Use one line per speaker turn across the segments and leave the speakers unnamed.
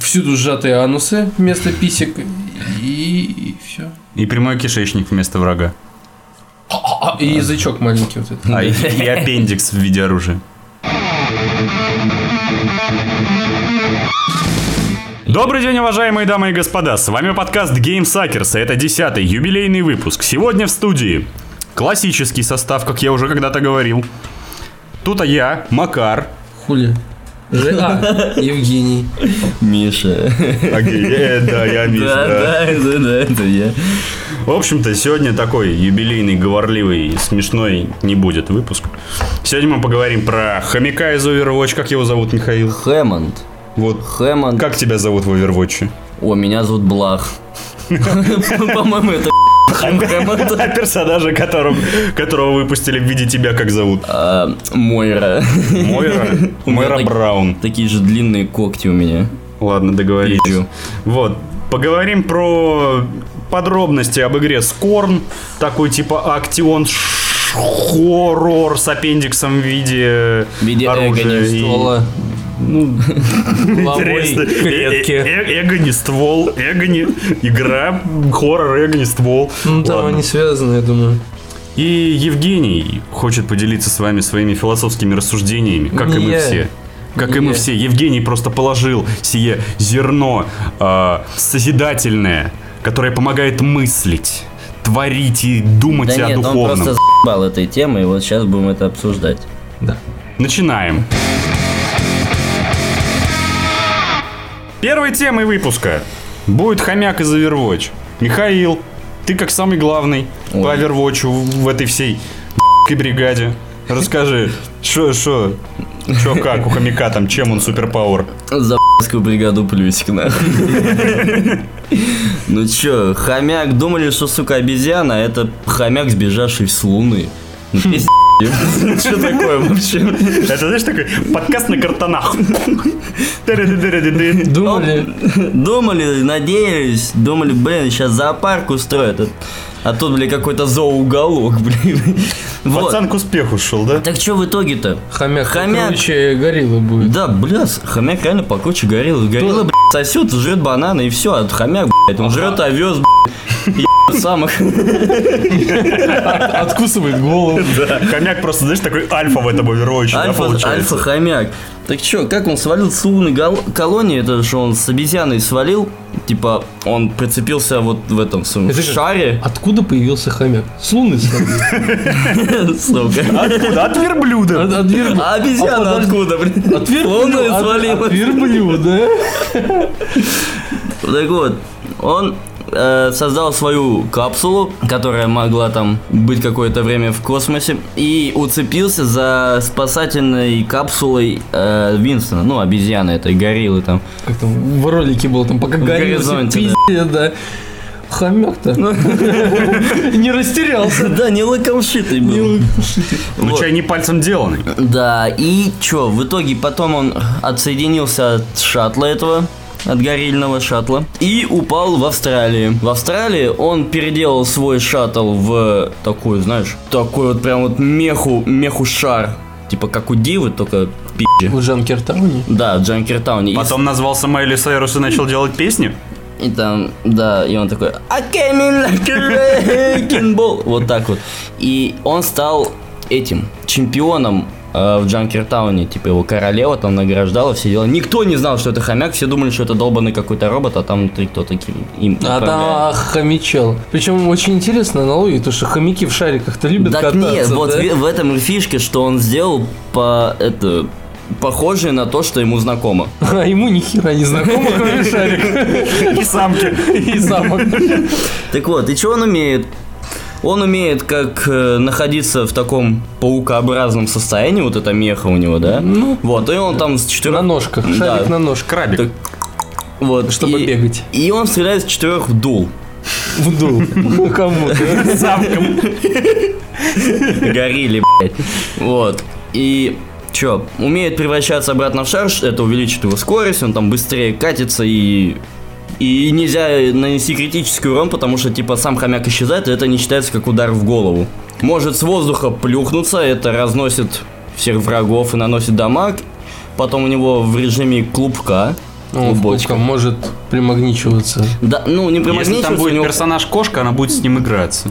всюду сжатые анусы вместо писек и, и все.
И прямой кишечник вместо врага.
А, и язычок маленький вот этот.
А, и, и аппендикс в виде оружия. Добрый день, уважаемые дамы и господа, с вами подкаст Game Suckers, и это 10-й юбилейный выпуск. Сегодня в студии классический состав, как я уже когда-то говорил. Тут я, Макар,
Хули. Ж- А, Евгений.
Миша.
А где- э, да, я Миша,
Да,
да.
да, да, да, это я.
В общем-то, сегодня такой юбилейный, говорливый, смешной не будет выпуск. Сегодня мы поговорим про хомяка из Overwatch. Как его зовут, Михаил?
Хэммонд.
Вот.
Хэммонд.
Как тебя зовут в Overwatch?
О, меня зовут Блах. По-моему, это Хэммонд.
А персонажа, которым, которого выпустили в виде тебя, как зовут?
А, Мойра.
Мойра?
У меня
Мойра
так-
Браун.
Такие же длинные когти у меня.
Ладно, договорились.
Пизжу.
Вот. Поговорим про подробности об игре Скорн. Такой типа актион ш- хоррор с аппендиксом в виде,
В виде
оружия.
эго, не
и-
Ствола.
Ну,
Лавой
интересно. Э-
клетки.
э- э- Эго не ствол, эго не... Игра, хоррор, эго не ствол.
Ну там
Ладно.
они связаны, я думаю.
И Евгений хочет поделиться с вами своими философскими рассуждениями, как и
Не
мы
я.
все. Как
Не
и мы
я.
все. Евгений просто положил сие зерно а, созидательное, которое помогает мыслить, творить и думать
Да
о
нет, он
духовном.
просто заебал этой темой, и вот сейчас будем это обсуждать.
Да.
Начинаем. Первой темой выпуска будет хомяк из Overwatch. Михаил, ты как самый главный по
Ой.
Overwatch в этой всей и бригаде. Расскажи, что, что, что как у хомяка там, чем он суперпауэр?
За б***скую бригаду плюсик, нахуй. Ну чё, хомяк, думали, что, сука, обезьяна, а это хомяк, сбежавший с луны. Ну, пиздец. Что такое вообще?
Это, знаешь, такой подкаст на картонах.
Думали,
Думали, надеялись, думали, блин, сейчас зоопарк устроят. А- А тут, блин, какой-то зооуголок, блин. Вот.
Пацан к успеху шел, да?
Так что в итоге-то?
хомяк,
Хомяк.
круче гориллы будет.
Да, бля, с- хомяк реально покруче гориллы. Горилла, блядь, сосет, жрет бананы и все, а хомяк, блядь, он жрет овес, блядь, и самых.
Откусывает голову.
Хомяк просто, знаешь, такой альфа в этом Overwatch, да,
Альфа,
получается?
альфа хомяк. Так чё, как он свалил с лунной гол- колонии, это что он с обезьяной свалил, типа он прицепился вот в этом своем
Это же-
шаре,
Откуда появился хомяк? С луны свалил.
сука.
Откуда? От верблюда.
От- от верблюда.
А обезьяна
подожди.
откуда, блин?
От
С луны
верблюда, от-
свалилась.
от верблюда.
Так вот, он э, создал свою капсулу, которая могла там быть какое-то время в космосе, и уцепился за спасательной капсулой э, Винстона, ну, обезьяны этой, гориллы там.
Как там в ролике было, там пока горел,
горизонте, да. Ну.
пиздец, да. Хомяк-то не растерялся.
Да, не лыком шитый был.
Ну,
Вот.
чай не пальцем деланный.
Да, и чё, в итоге потом он отсоединился от шаттла этого, от горильного шаттла, и упал в Австралии. В Австралии он переделал свой шаттл в такой, знаешь, такой вот прям вот меху, меху шар. Типа как у Дивы, только пи***.
В Джанкертауне?
Да, в Джанкертауне. И
Потом назвался Майли Сайрус и начал делать песни.
И там, да, и он такой «А I came in like a wrecking ball». Вот так вот. И он стал этим чемпионом э, в Джанкертауне, типа его королева там награждала, все дела. Никто не знал, что это хомяк, все думали, что это долбанный какой-то робот, а там внутри кто-то ки- им
А
управляет.
там хомячел. Причем очень интересная аналогия, то что хомяки в шариках-то любят
Так
кататься.
нет, вот
да?
ве- в этом и фишке, что он сделал по это похожее на то, что ему знакомо.
А ему ни хера не знакомо, кроме шарика
И самки.
и замок.
Так вот, и что он умеет? Он умеет как э, находиться в таком паукообразном состоянии, вот это меха у него, да?
Ну,
Вот, и он там с четырех...
На ножках, шарик
Да.
на ножках.
Крабик.
Так, вот,
Чтобы
и-
бегать.
И он стреляет с четырех дул.
Вдул. Ну, кому-то.
Самком.
Горили, блядь. Вот. И чё, умеет превращаться обратно в шар, ш- это увеличит его скорость, он там быстрее катится и... И нельзя нанести критический урон, потому что, типа, сам хомяк исчезает, и это не считается как удар в голову. Может с воздуха плюхнуться, это разносит всех врагов и наносит дамаг. Потом у него в режиме клубка
Ну,
в
в
бочках.
кубкам может примагничиваться.
Да, ну не
Если
примагничиваться
там
у
будет
него,
персонаж кошка, она будет с ним играться.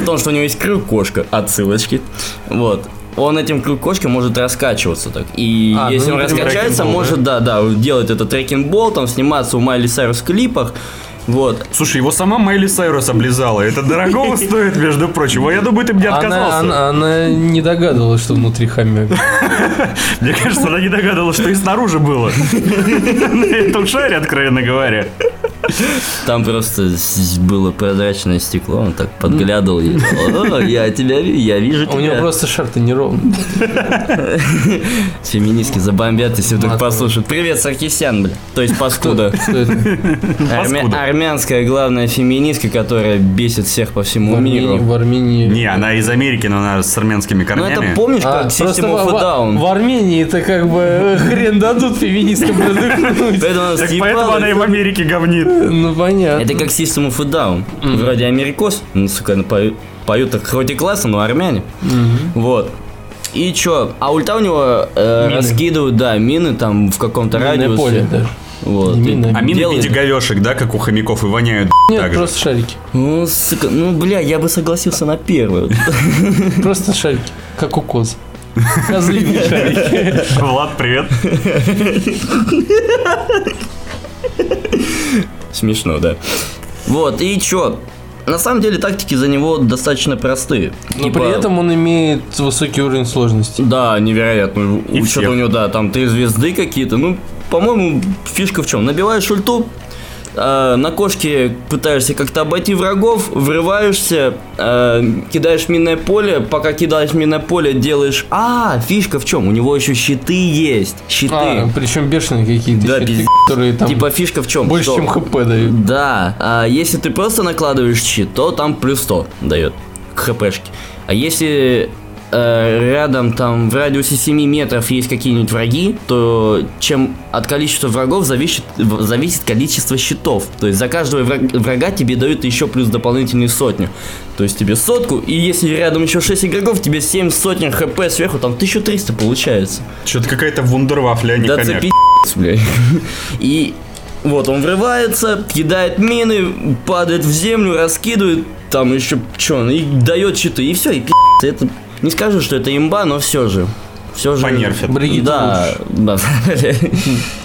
потому что у него есть крюк кошка, отсылочки. Вот. Он этим крюк кошки может раскачиваться так. И
А, ну,
если он
например,
раскачается,
трекинг-бол,
может, да, да, делать этот трекинг-бол, там сниматься у Майли Сайрус в клипах. Вот.
Слушай, его сама Майли Сайрус облизала. Это дорогого стоит, между прочим. А Я думаю, ты бы не
Она,
отказался.
она- она не догадывалась, что внутри хомяк.
Мне кажется, она не догадалась, что и снаружи было. На этом шаре, откровенно говоря.
Там просто с- было прозрачное стекло, он так подглядывал и «О, я тебя ви- я вижу тебя.
У него просто шар-то неровный.
Феминистки забомбят, если вдруг
Матом.
послушают. Привет, Саркисян, бля. То есть паскуда.
Что это?
Армя-
Паскуда.
Армянская главная феминистка, которая бесит всех по
В
всему
Армении.
миру.
В Армении.
Не, она из Америки, но она с армянскими
Ну
корнями.
это помнишь,
А,
как
просто
System of
в,
a
в- в
Down?
Армении это как бы э, хрен дадут феминисткам продыхнуть.
Поэтому она
Так поэтому
съебала.
она и в Америке говнит.
Ну понятно.
Это как System of a Down. Вроде америкос, ну, сука, ну, пою- поют так вроде классно, но армяне. Вот. И чё? А ульта у него э,
Мины.
раскидывают, да, мины там в каком-то
Минное
радиусе.
поле даже.
Вот.
Не мины, а
А мины в
Делает-
виде говешек, да, как у хомяков, и воняют
Нет,
так же.
просто шарики.
Ну, сука, ну, бля, я бы согласился на первую.
Просто шарики. Как у коз. Козлиные шарики.
Влад, привет.
Смешно, да. Вот, и чё? На самом деле тактики за него достаточно простые.
Но
Типа,
при этом он имеет высокий уровень сложности.
Да, невероятно.
И
Учет
всех.
у него, да, там три звезды какие-то. Ну, по-моему, фишка в чем? Набиваешь ульту, э, на кошке пытаешься как-то обойти врагов, врываешься, э, кидаешь минное поле, пока кидаешь минное поле, делаешь... А, фишка в чем? У него еще щиты есть. Щиты.
А, причем бешеные какие-то
Да,
щиты,
пиздец.
которые там
типа фишка в чем?
больше, чем хп дают.
Да, а если ты просто накладываешь щит, то там плюс 100 дает к хпшке. А если э, рядом там в радиусе 7 метров есть какие-нибудь враги, то чем от количества врагов зависит, в- зависит количество щитов. То есть за каждого враг- врага тебе дают еще плюс дополнительные сотню. То есть тебе сотку, и если рядом еще 6 игроков, тебе 7 сотен хп сверху, там 1300 получается.
Что-то какая-то вундервафля, а не
Да
хомяк.
пиздец, блядь. И вот он врывается, кидает мины, падает в землю, раскидывает, там еще что, и дает щиты, и все, и пи***ц. Это, не скажу, что это имба, но все же. Все же...
Понерфят.
Бригитта
Да,
лучше.
да.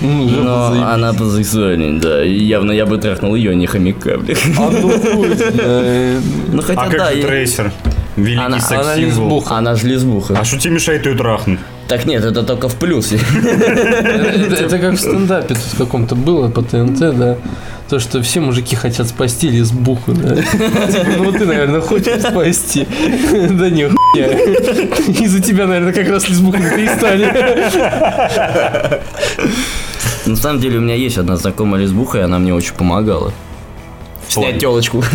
Ну, жопа
Но
заебись.
она позексуальнее, да. И явно я бы трахнул ее, не хомяка, блядь.
А ну хуй, э,
Ну хотя
А
да,
как же
я-
трейсер? Великий
Она-
она
секс-символ.
лесбуха.
она же лесбуха.
А что тебе мешает ее трахнуть?
Так нет, это только в плюсе.
Это это как в стендапе тут каком-то было по ТНТ, да. То, что все мужики хотят спасти лесбуху, да. Типа, ну ты, наверное, хочешь спасти. Да не, хуйня. Из-за тебя, наверное, как раз лесбухами-то и стали.
На самом деле у меня есть одна знакомая лесбуха, и она мне очень помогала.
плане?
Снять телочку.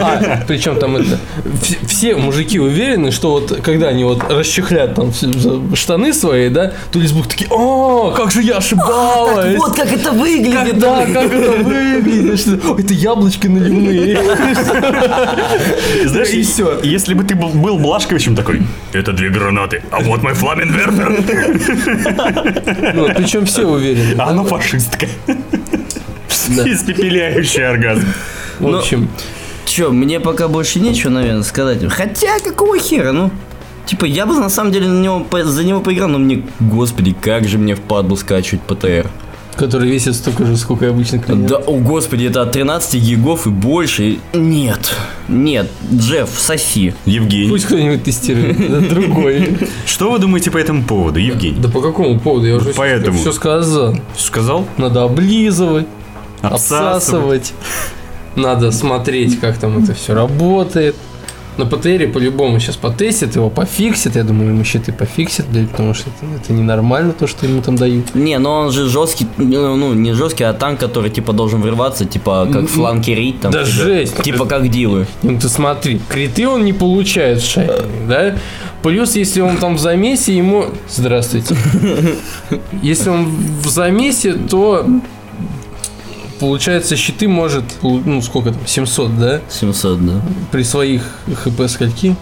А, причем там это... вс- Все мужики уверены, что вот когда они вот расчехлят там все- за- штаны свои, да, то лесбух такие, о, как же я ошибалась.
Вот как это выглядит,
Да, как это выглядит. что- Ой, это яблочки наливные.
Знаешь,
И
е-
всё.
если бы ты был, был Блашковичем такой, это две гранаты, а вот мой фламенвертер,
Ну, причем все уверены.
а она фашистка.
Да.
Испепеляющий оргазм.
В общем,
Че, мне пока больше нечего, наверное, сказать. Хотя, какого хера, ну? Типа, я бы на самом деле на него, по- за него поиграл, но мне, господи, как же мне впадло скачивать ПТР.
который весит столько же, сколько и обычный коньяк.
Да, о господи, это от 13 гигов и больше. и- Нет, нет, Джефф, соси.
Евгений.
Пусть кто-нибудь тестирует. да, Другой.
Что вы думаете по этому поводу, Евгений?
Да по какому поводу? Я уже
поэтому.
все сказал.
Сказал?
Надо облизывать, обсасывать.
Обсасывать.
Надо смотреть, как там это все работает. На ПТРе по-любому сейчас потестят его, пофиксят. Я думаю, ему щиты пофиксят, блядь, потому что это, это ненормально, то, что ему там дают.
Не, но он же жесткий, ну, ну, не жесткий, а танк, который, типа, должен врываться, типа, как фланкерить, там.
М-м-м. Да
типа-
жесть.
Типа, как дилы.
Ну ты смотри, криты он не получает шайбами, да? Плюс, если он там в замесе, ему... Здравствуйте. Если он в замесе, то... Получается, щиты может, ну сколько там, 700, да?
700, да.
При своих хп скольки?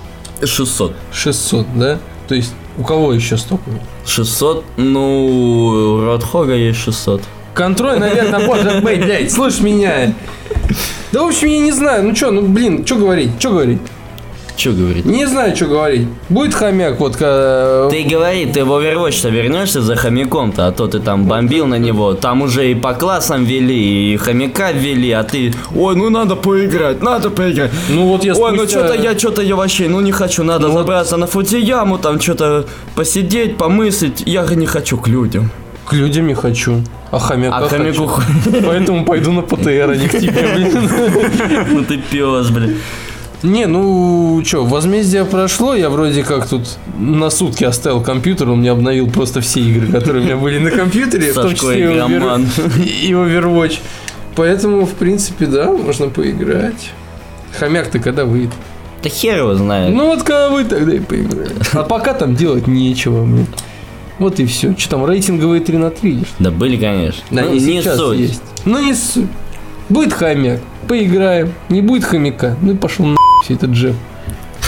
600.
600, да? То есть, у кого еще столько?
600, ну, у Родхога есть 600.
Контроль, наверное, может быть, блядь, слышь меня. Да, в общем, я не знаю, ну чё, ну блин, чё говорить, чё говорить?
Че говорить?
Не знаю, что говорить. Будет хомяк, вот ка-
Ты говори, ты в Overwatch-то вернешься за хомяком-то, а то ты там бомбил на него. Там уже и по классам вели, и хомяка ввели, а ты... Ой, ну надо поиграть, надо поиграть.
Ну вот я
Ой, ну
спустя-
что-то я, что-то я вообще, ну не хочу, надо забраться на футияму, там что-то посидеть, помыслить, я не хочу к людям.
к людям не хочу. А хомяка
А хомяку
хочу.
хуй,
Поэтому пойду на ПТР, а не к тебе, блин.
ну ты пес, блин.
Не, ну чё, возмездие прошло, я вроде как тут на сутки оставил компьютер, он мне обновил просто все игры, которые у меня были на компьютере, в том
Сашко
числе и Over-
игроман.
и Overwatch. Поэтому, в принципе, да, можно поиграть. Хомяк ты когда выйдет?
Да хер его знает.
Ну вот когда вы тогда и поиграли. А пока там делать нечего мне. Вот и все. Что там, рейтинговые 3 на 3?
Да были, конечно. ну,
они
не
сейчас
суть.
есть. Ну не суть. Будет хомяк, поиграем. Не будет хомяка, ну и пошел на все этот джеб.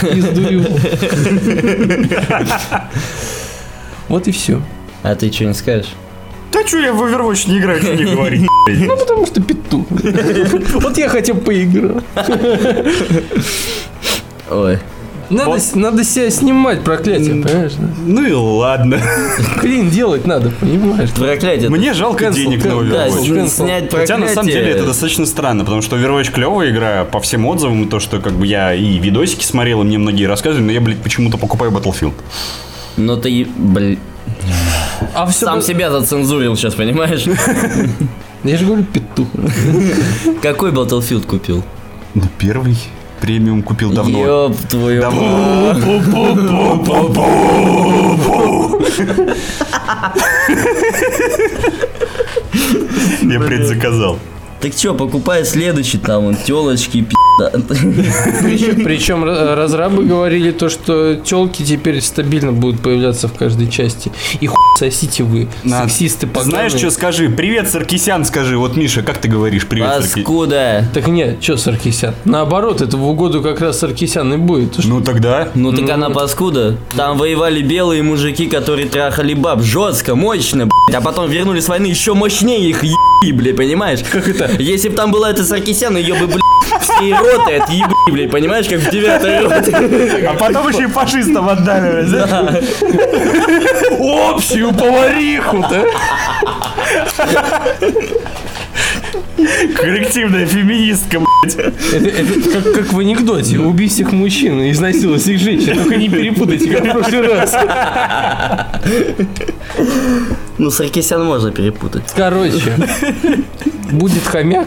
Пизду его. Вот и все.
А ты что не скажешь?
Да что я в Overwatch не играю, что не говорить?
Ну, потому что петух. Вот я хотя бы поиграл.
Ой.
Надо,
Вот.
с- надо себя снимать, проклятие,
М.
понимаешь? да?
Ну и ладно.
Клин делать надо, понимаешь?
Проклятие.
Мне жалко
Cancel,
денег на
cancel.
Да,
Overwatch.
Overwatch.
с- снять проклятие.
Хотя на самом деле это достаточно странно, потому что Overwatch клевая игра по всем отзывам, и то, что как бы я и видосики смотрел, и мне многие рассказывали, но я, блядь, почему-то покупаю Battlefield.
Ну ты, е- блин,
А все
сам себя зацензурил сейчас, понимаешь?
Я же говорю петух.
Какой Battlefield купил?
Ну, первый премиум купил давно.
Ёб твою
Давно. Я предзаказал.
Так чё, покупай следующий там, он телочки, пи***.
Причем, причем ра- разрабы говорили то, что телки теперь стабильно будут появляться в каждой части. И хуй сосите вы,
Надо.
сексисты поганые.
Знаешь, что скажи? Привет, Саркисян, скажи. Вот, Миша, как ты говоришь?
А,
Привет, Саркисян.
Паскуда.
Так нет, что Саркисян? Наоборот, это в угоду как раз Саркисян и будет. то, что-
Ну тогда.
Ну так
Ну.
она паскуда. Там воевали белые мужики, которые трахали баб. Жестко, мощно, блядь. А потом вернули с войны еще мощнее их еби, блядь, понимаешь? Как это? Если бы там была эта Саркисян, ее бы, блядь, все роты от еби, блядь, понимаешь, как в девятой роте.
А потом еще и фашистам отдали. знаешь? Общую повариху-то. Коллективная феминистка, блядь.
Это, это как, как в анекдоте. Убей всех мужчин и изнасилуй всех женщин. Только не перепутайте, как в прошлый раз.
Ну, Саркисян можно перепутать.
Короче, будет хомяк.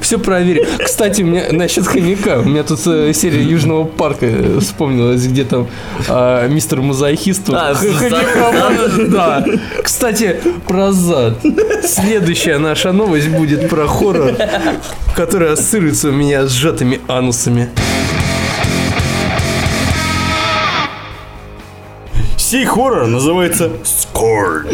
Все проверим. Кстати, у меня насчет хомяка. У меня тут э, серия Южного парка э, вспомнилась, где там э, мистер Мазохист. вот
А,
х-
с-
хомяка мазает, Да. Кстати, про зад. Следующая наша новость будет про хоррор, который ассоциируется у меня с сжатыми анусами.
Сей хоррор называется Скорн.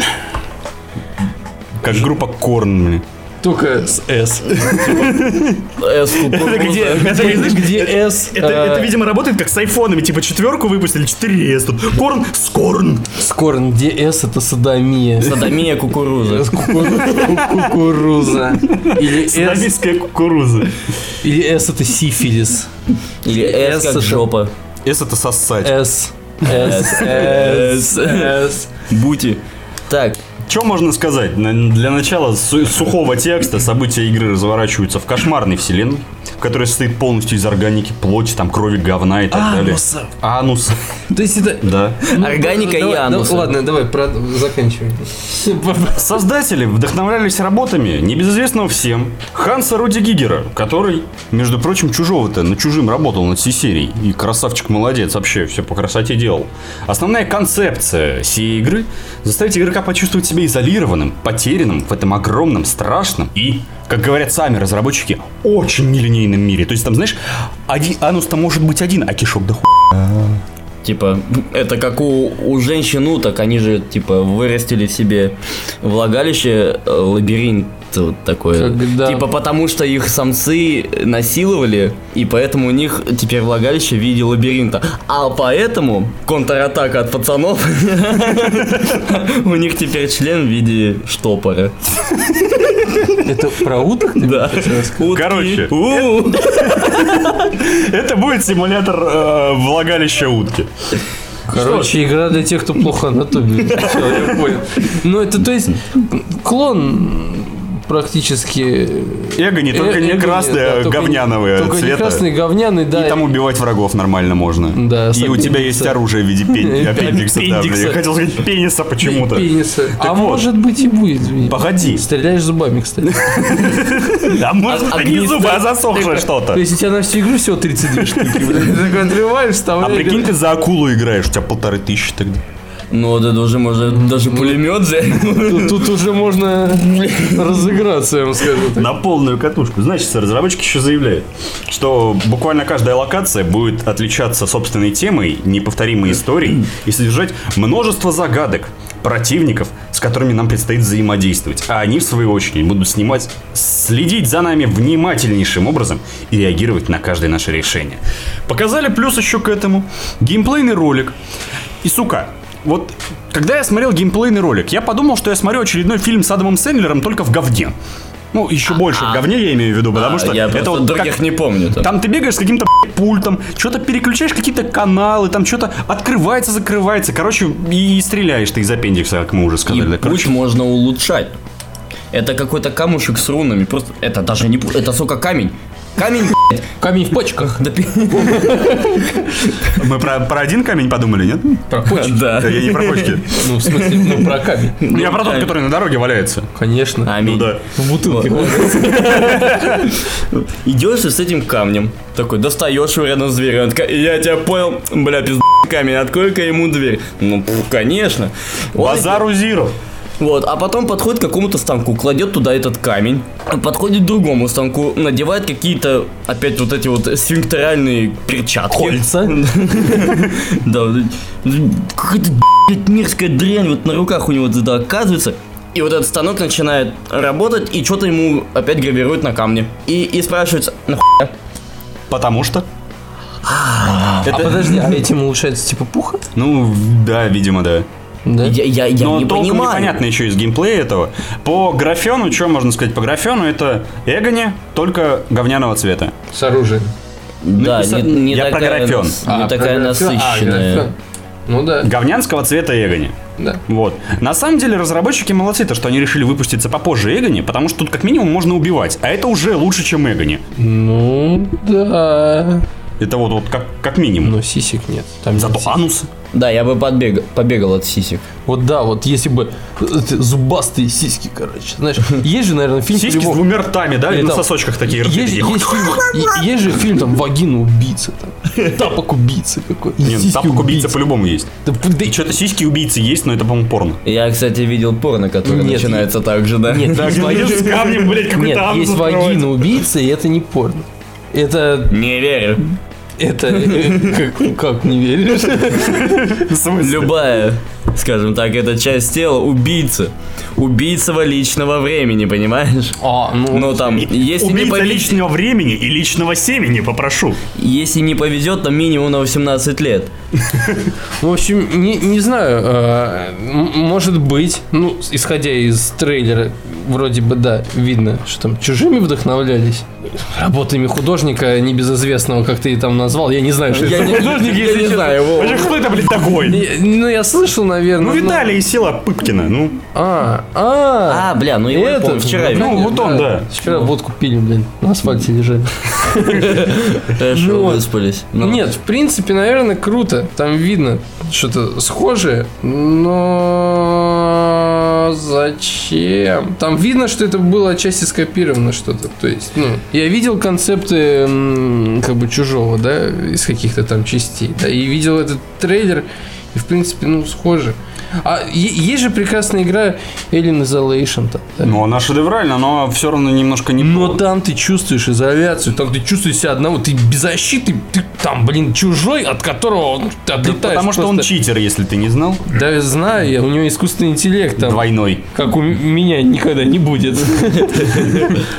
Как группа Корн, блин.
Только с S.
Э, скупо.
это, знаешь,
Где
это-
S?
это-
э,
это, видимо, работает как с айфонами. Типа четверку выпустили, 4S тут. Корн, Скорн.
Скорн, где S это садомия.
Садомия кукуруза.
С кукуру- ку- Кукуруза. Или S,
Садомистская кукуруза.
или S это сифилис.
Или S
это-
как жопа.
S это сосать.
S. S. S. S.
Бути. Так,
Что можно сказать? На- Для начала су- сухого текста события игры разворачиваются в кошмарной вселенной, которая состоит полностью из органики, плоти, там, крови, говна и так
Анусов.
далее. Анус.
То есть это... Ну,
Да.
органика и
Давай, да-
анусы.
Ладно, давай, про- заканчивай.
Создатели вдохновлялись работами небезызвестного всем Ханса Руди Гигера, который, между прочим, чужого-то на чужим работал над всей серией. И красавчик молодец, вообще все по красоте делал. Основная концепция всей игры – заставить игрока почувствовать себя изолированным, потерянным в этом огромном, страшном и, как говорят сами разработчики, очень нелинейном мире. То есть там, знаешь, один анус-то может быть один, а кишок да хуй.
Типа, это как у, у женщин уток, они же, типа, вырастили себе влагалище, э, лабиринт вот такой.
Как, да.
Типа, потому что их самцы насиловали, и поэтому у них теперь влагалище в виде лабиринта. А поэтому контратака от пацанов, у них теперь член в виде штопора.
Это про уток? ты
Да.
сейчас?
Утки.
Короче.
У-у.
Это будет симулятор э, влагалища утки.
Короче, игра для тех, кто плохо анатомию изучал, я понял. Ну, это, то есть, клон практически...
Эго не только
э-
не
эго да,
красное, а
только не-
говняного
Только не
цвета.
красный, говняный, да.
И там убивать врагов нормально можно.
Да, с
И у тебя есть
аппендикса.
оружие в виде пени-
Да,
аппендикса. да, блин.
аппендикса.
Я хотел сказать пениса почему-то.
пениса. А
вот.
может быть и будет, извини.
Погоди.
Стреляешь зубами, кстати.
А может,
А-
это не зубы, а
администра-
засохшее
То
что-то.
есть у тебя на всю игру всего 32 штуки, блин. Ты такой отрываешь,
А
вставляешь.
прикинь, ты за акулу играешь, у тебя полторы тысячи тогда.
Ну, вот это уже можно даже пулемет взять.
Тут, тут уже можно разыграться, я вам скажу. так.
На полную катушку. Значит, разработчики еще заявляют, что буквально каждая локация будет отличаться собственной темой, неповторимой историей и содержать множество загадок, противников, с которыми нам предстоит взаимодействовать. А они, в свою очередь, будут снимать, следить за нами внимательнейшим образом и реагировать на каждое наше решение. Показали плюс еще к этому геймплейный ролик. И, сука, вот когда я смотрел геймплейный ролик, я подумал, что я смотрю очередной фильм с Адамом Сэндлером только в говне. Ну, еще больше в говне я имею в виду, потому что
А, Я
это
просто
вот
других
как-
не помню. там.
Там ты бегаешь с каким-то б***ь, пультом, что-то переключаешь какие-то каналы, там что-то открывается, закрывается. Короче, и, и стреляешь ты из аппендикса, как мы уже
И
сказали. да,
путь
короче.
можно улучшать. Это какой-то камушек с рунами. Просто это даже не пу- Это, сука, камень. Камень, блядь.
Камень в почках.
Да пи-
Мы про, про один камень подумали, нет?
Про почки.
Да.
Я не про почки.
Ну, в смысле, ну, про камень.
Я про тот, который на дороге валяется.
Конечно.
Аминь.
Ну да.
В бутылке.
Вот. Идешь ты с этим камнем. Такой, достаешь его рядом с дверью. Он такой, я тебя понял. Бля, пизда камень, открой-ка ему дверь. Ну, пф, конечно. Он
Базару Зиру.
Вот, а потом подходит к какому-то станку, кладет туда этот камень, подходит к другому станку, надевает какие-то, опять вот эти вот сфинктеральные перчатки.
Кольца.
Да, вот эти- какая-то блядь, мерзкая дрянь вот на руках у него туда оказывается. И вот этот станок начинает работать, и что-то ему опять гравирует на камне. И, и спрашивается, нахуя?
Потому что.
А подожди, а этим улучшается типа пуха?
Ну, да, видимо, да.
Да?
Я, я, я
Но
не
толком
понимаю.
непонятно еще из геймплея этого. По графену, что можно сказать по графену, это Эгони, только говняного цвета.
С оружием. А,
Да, не, не
Я про
такая,
графен.
нас- не такая насыщенная.
Ну да,
Говнянского цвета Эгони.
да.
Вот. На самом деле разработчики молодцы, то, что они решили выпуститься попозже Эгони, потому что тут как минимум можно убивать, а это уже лучше, чем Эгони.
Ну да.
Это вот, вот как, как минимум.
Но сисек нет. Там нет
Зато
сисек.
анус.
да, я бы подбег, побегал от сисек.
Вот да, вот если бы э, эти зубастые сиськи, короче. Знаешь, есть же, наверное, фильм
Сиськи с
по-любому-
двумя ртами, да?
Ну, Или
И на
там-
сосочках такие рты.
Есть,
такие.
есть фильм, е- есть же фильм там «Вагина убийца», там, «Тапок убийца» какой
Нет, ну, тапок убийца по-любому есть.
Да, да,
И что-то сиськи убийцы есть, но это, по-моему, порно.
Я, кстати, видел порно, которое
Нет,
начинается так же, да?
Нет,
Да,
Ну, есть
где-то с
вагина,
камнем, блядь, какой-то
нет,
анус
есть
открывается.
вагина убийца, и это не порно. Это,
Не верю.
это, э, как, как не веришь?
Ну, В смысле?
Любая, скажем так, эта часть тела убийца. Убийцего личного времени, понимаешь?
А, ну,
Ну там, если не,
Убийца
повез-
личного времени и личного семени, попрошу.
если не повезет, то минимум на 18 лет.
в общем, не, не знаю, э, м- может быть, ну, с- исходя из трейлера, вроде бы, да, видно, что там чужими вдохновлялись работами художника небезызвестного, как ты там назвал, я Ну, не знаю, что это за
Я не-
художник,
я
если
не
честно.
знаю его.
Вообще, кто это, блядь, такой?
Я- Ну, я слышал, наверное. но-
Ну, Виталий из села Пыпкина, ну.
А, а.
А, бля, ну его я
это,
помню, вчера
ну,
видел.
Ну, вот он, да.
Вчера водку пили, блин, на асфальте лежали.
Хорошо,
ну вот.
выспались. Ну.
Нет, в принципе, наверное, круто. Там видно что-то схожее, но зачем? Там видно, что это было отчасти скопировано что-то. То есть, ну, я видел концепты м, как бы чужого, да, из каких-то там частей, да, и видел этот трейлер, и в принципе, ну, схоже. А е- есть же прекрасная игра Alien Isolation. там, да?
Ну, она шедевральна, но все равно немножко не
Но
то.
там Ну, ты чувствуешь изоляцию, там ты чувствуешь себя одного, ты без защиты, ты там, блин, чужой, от которого он ты
Да
отлетаешь.
потому что он
просто.
читер, если ты не знал.
Да, я знаю, я, у него искусственный интеллект там.
Двойной.
Как у м- меня никогда не будет.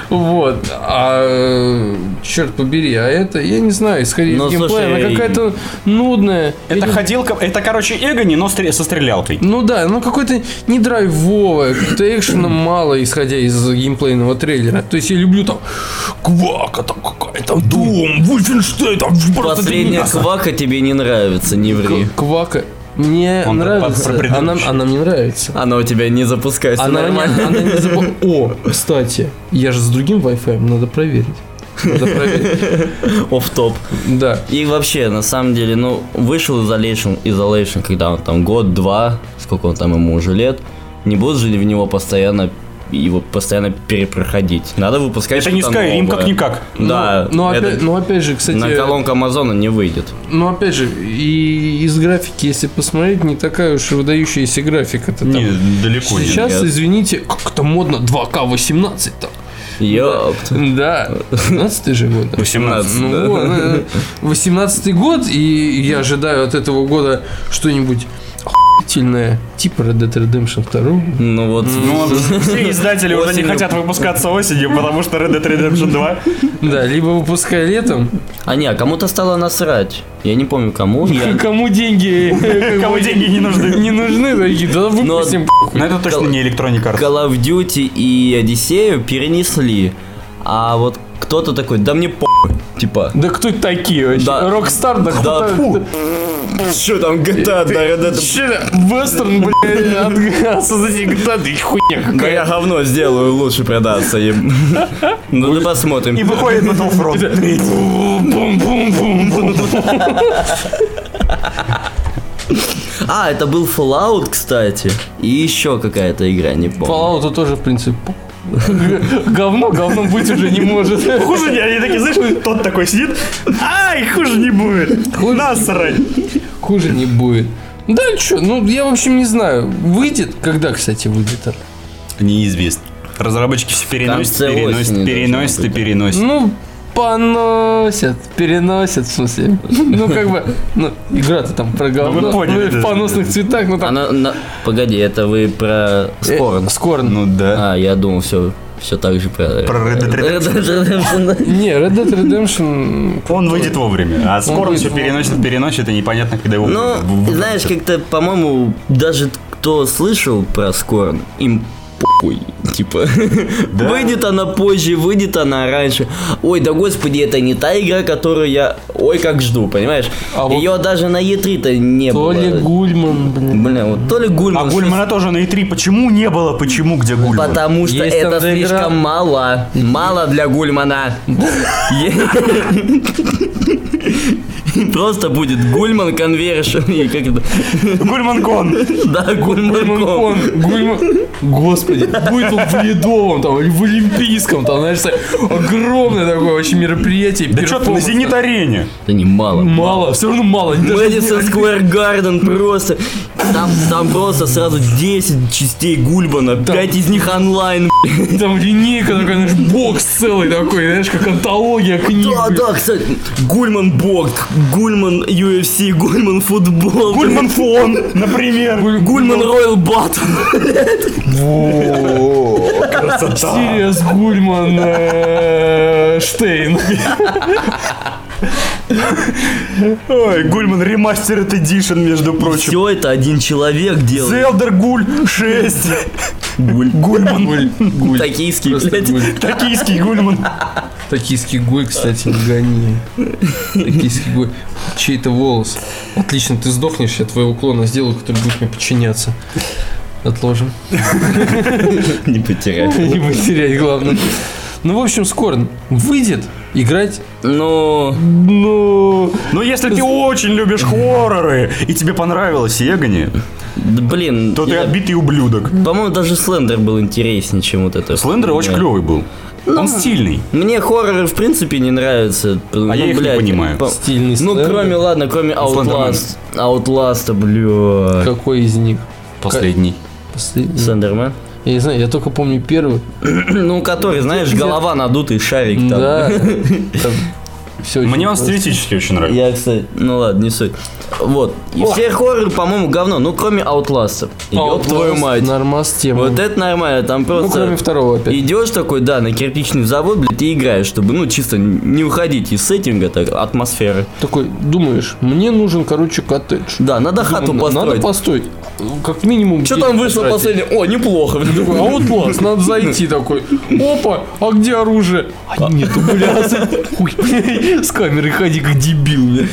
Вот. А
Э,
черт побери, а это, я не знаю, исходя
Ну,
из геймплея,
слушай,
она
и-
какая-то нудная. Я
Это
не-
ходилка, это, короче, Эгони, но стре- со стрелялкой.
Ну да, ну какой-то не драйвовая, как-то экшена мало, исходя из геймплейного трейлера. То есть я люблю там Квака, там какая там Дум, Вульфенштейн, там просто
Последняя
мясо.
квака тебе не нравится, не ври.
К- Квака. Мне
Он про-
нравится,
про- про
она,
предыдущий.
она мне нравится.
Она у тебя не запускается
Она, не-
нормально.
она не забо- О, кстати, я же с другим Wi-Fi, надо проверить. Надо проверить.
Оф топ.
Да.
И вообще, на самом деле, ну, вышел Isolation, Isolation, когда он там год-два, сколько он там ему уже лет, не будут же ли в него постоянно его постоянно перепроходить. Надо выпускать
Это не
что-то
Skyrim
новое.
как-никак.
Да,
Но
это
опять, ну, опять же, кстати,
на колонку Амазона не выйдет.
ну опять же, и из графики, если посмотреть, не такая уж и выдающаяся графика. Это там
Не, далеко не.
Сейчас,
нет.
извините, как то модно 2К18 там.
Ёпт.
Да, 17 же год.
18.
Ну
Да.
вот, э, 18 год, и я ожидаю от этого года что-нибудь охуительное, типа Red Dead Redemption 2.
Ну вот.
Ну, все издатели уже не
Осенью.
хотят выпускаться осенью, потому что Red Dead Redemption 2.
Да, либо выпускай летом,
А не, а кому-то стало насрать. Я не помню кому.
Ну,
Я-
кому деньги э,
Кому деньги не нужны.
не нужны, такие, да выпустим.
Но это точно не Electronic Arts.
Call of Duty и Одиссею перенесли. А вот кто-то такой, да мне похуй. Типа,
Да кто такие вообще?
Да.
Рокстар, да
Да,
кто
что там GTA, да, Red Dead
Вестерн, блядь, от создателей GTA, да и хуйня
Да
какая.
я говно сделаю, лучше продаться им. Ну, да посмотрим.
И выходит Battlefront.
А, это был Fallout, кстати. И еще какая-то игра, не помню.
Fallout тоже, в принципе, похуй. говно говном быть уже не может.
Хуже не, они такие, знаешь, тот такой сидит, ай, хуже не будет, насрать.
Хуже не будет. Да, что, ну я в общем не знаю. Выйдет, когда, кстати, выйдет?
Неизвестно. Разработчики все переносят,
конце
переносят,
осени
переносят и
должно быть.
переносят.
Ну, поносят, переносят, в смысле. Ну, как бы, ну, игра-то там про говно.
вы поняли,
Ну, и в
да.
поносных цветах, ну э, там.
Она, на- Погоди, это вы
Э,
про Скорн.
Скорн.
Ну да.
А, я думал, все, все так же про...
Про Red Dead
Red Dead Redemption.
Не, Red Dead
Э,
Redemption...
Он выйдет вовремя, а скоро
выйдет
все переносит, переносит, и непонятно, когда его
Ну,
вы- вы-
знаешь, как-то, по-моему, даже кто слышал про Скорн, им похуй, типа.
Да.
Выйдет она позже, выйдет она раньше. Ой, да господи, это не та игра, которую я... Ой, как жду, понимаешь?
А вот-
Ее даже на E3-то не было.
Толи Гульман, блин.
Блин, вот Толи Гульман.
А
что-
Гульмана тоже на И3. Почему не было? Почему? Где Гульман?
Потому что
Есть
это
одна игра.
слишком мало. Мало для Гульмана. Е- Просто будет Гульман конвершн. и как это?
Гульман Гон.
Да, Гульман ком.
Гульман, Гульман, Господи, будет он в Ледовом, там, или в Олимпийском, там, знаешь, так, огромное такое вообще мероприятие.
Да что ты на
перформанс.
Зенит-арене?
Да не мало.
Мало, все равно мало. они даже не-
Мэдисон Сквер Гарден просто. Там, там просто сразу 10 частей Гульбана, 5 из них онлайн. б***ь.
Там линейка такая, знаешь, бокс целый такой, знаешь, как антология книг.
Да, да, кстати, Гульман Бог, Гульман UFC, Гульман Футбол,
Гульман Фон, например.
Гульман Ройл Баттл.
Красота.
Сириас Гульман э, Штейн.
Ой, Гульман Remastered Edition, между прочим.
Все это один человек делает.
Зелдер Гуль 6.
Гуль.
Гульман.
Токийский,
Просто
блядь.
гуль.
Токийский Гульман.
Токийский гуль, кстати, не гони. Токийский гуль. Чей-то волос. Отлично, ты сдохнешь, я твоего клона сделаю, который будет мне подчиняться. Отложим.
Не потеряй.
Не потерять, главное. Ну, в общем, скоро выйдет играть.
Ну,
Ну,
Но если ты очень любишь хорроры, и тебе понравилось Егони,
да, блин,
то ты
я-
отбитый ублюдок.
по-моему, даже Слендер был интереснее, чем вот это.
Слендер очень
Да. Ну,
клевый был. Он стильный.
Мне хорроры в принципе не нравятся. А
я их не понимаю.
стильный
Ну,
слендер.
кроме, ладно, кроме
Слендермен.
Outlast. Outlast, бля.
Какой из них?
Последний.
Последний.
Сандермен.
Я не знаю, я только помню первый.
Ну, который, знаешь, голова надутый, шарик там.
Да. Там всё очень
Мне он
просто.
стилистически очень нравится.
Я, кстати, ну ладно, не суть. Вот. И все хорроры, по-моему, говно, ну кроме Outlast. Ёб твою
Outlast,
мать.
Нормас тема.
Вот это нормально, там
Ну,
просто...
кроме второго опять.
Идешь такой, да, на кирпичный завод, блядь, и играешь, чтобы, ну, чисто не уходить из сеттинга, так, атмосферы.
Такой, думаешь, мне нужен, короче, коттедж.
Да, надо хату
Думаю, Надо
А
построить.
построить.
Ну, Как минимум. А
Что
день
там вышло
потратить.
последнее? О, неплохо. а
Такой, Outlast, надо зайти такой. Опа, а где оружие? А нету, бля. Хуй, бля, С камерой ходи, как дебил, бля.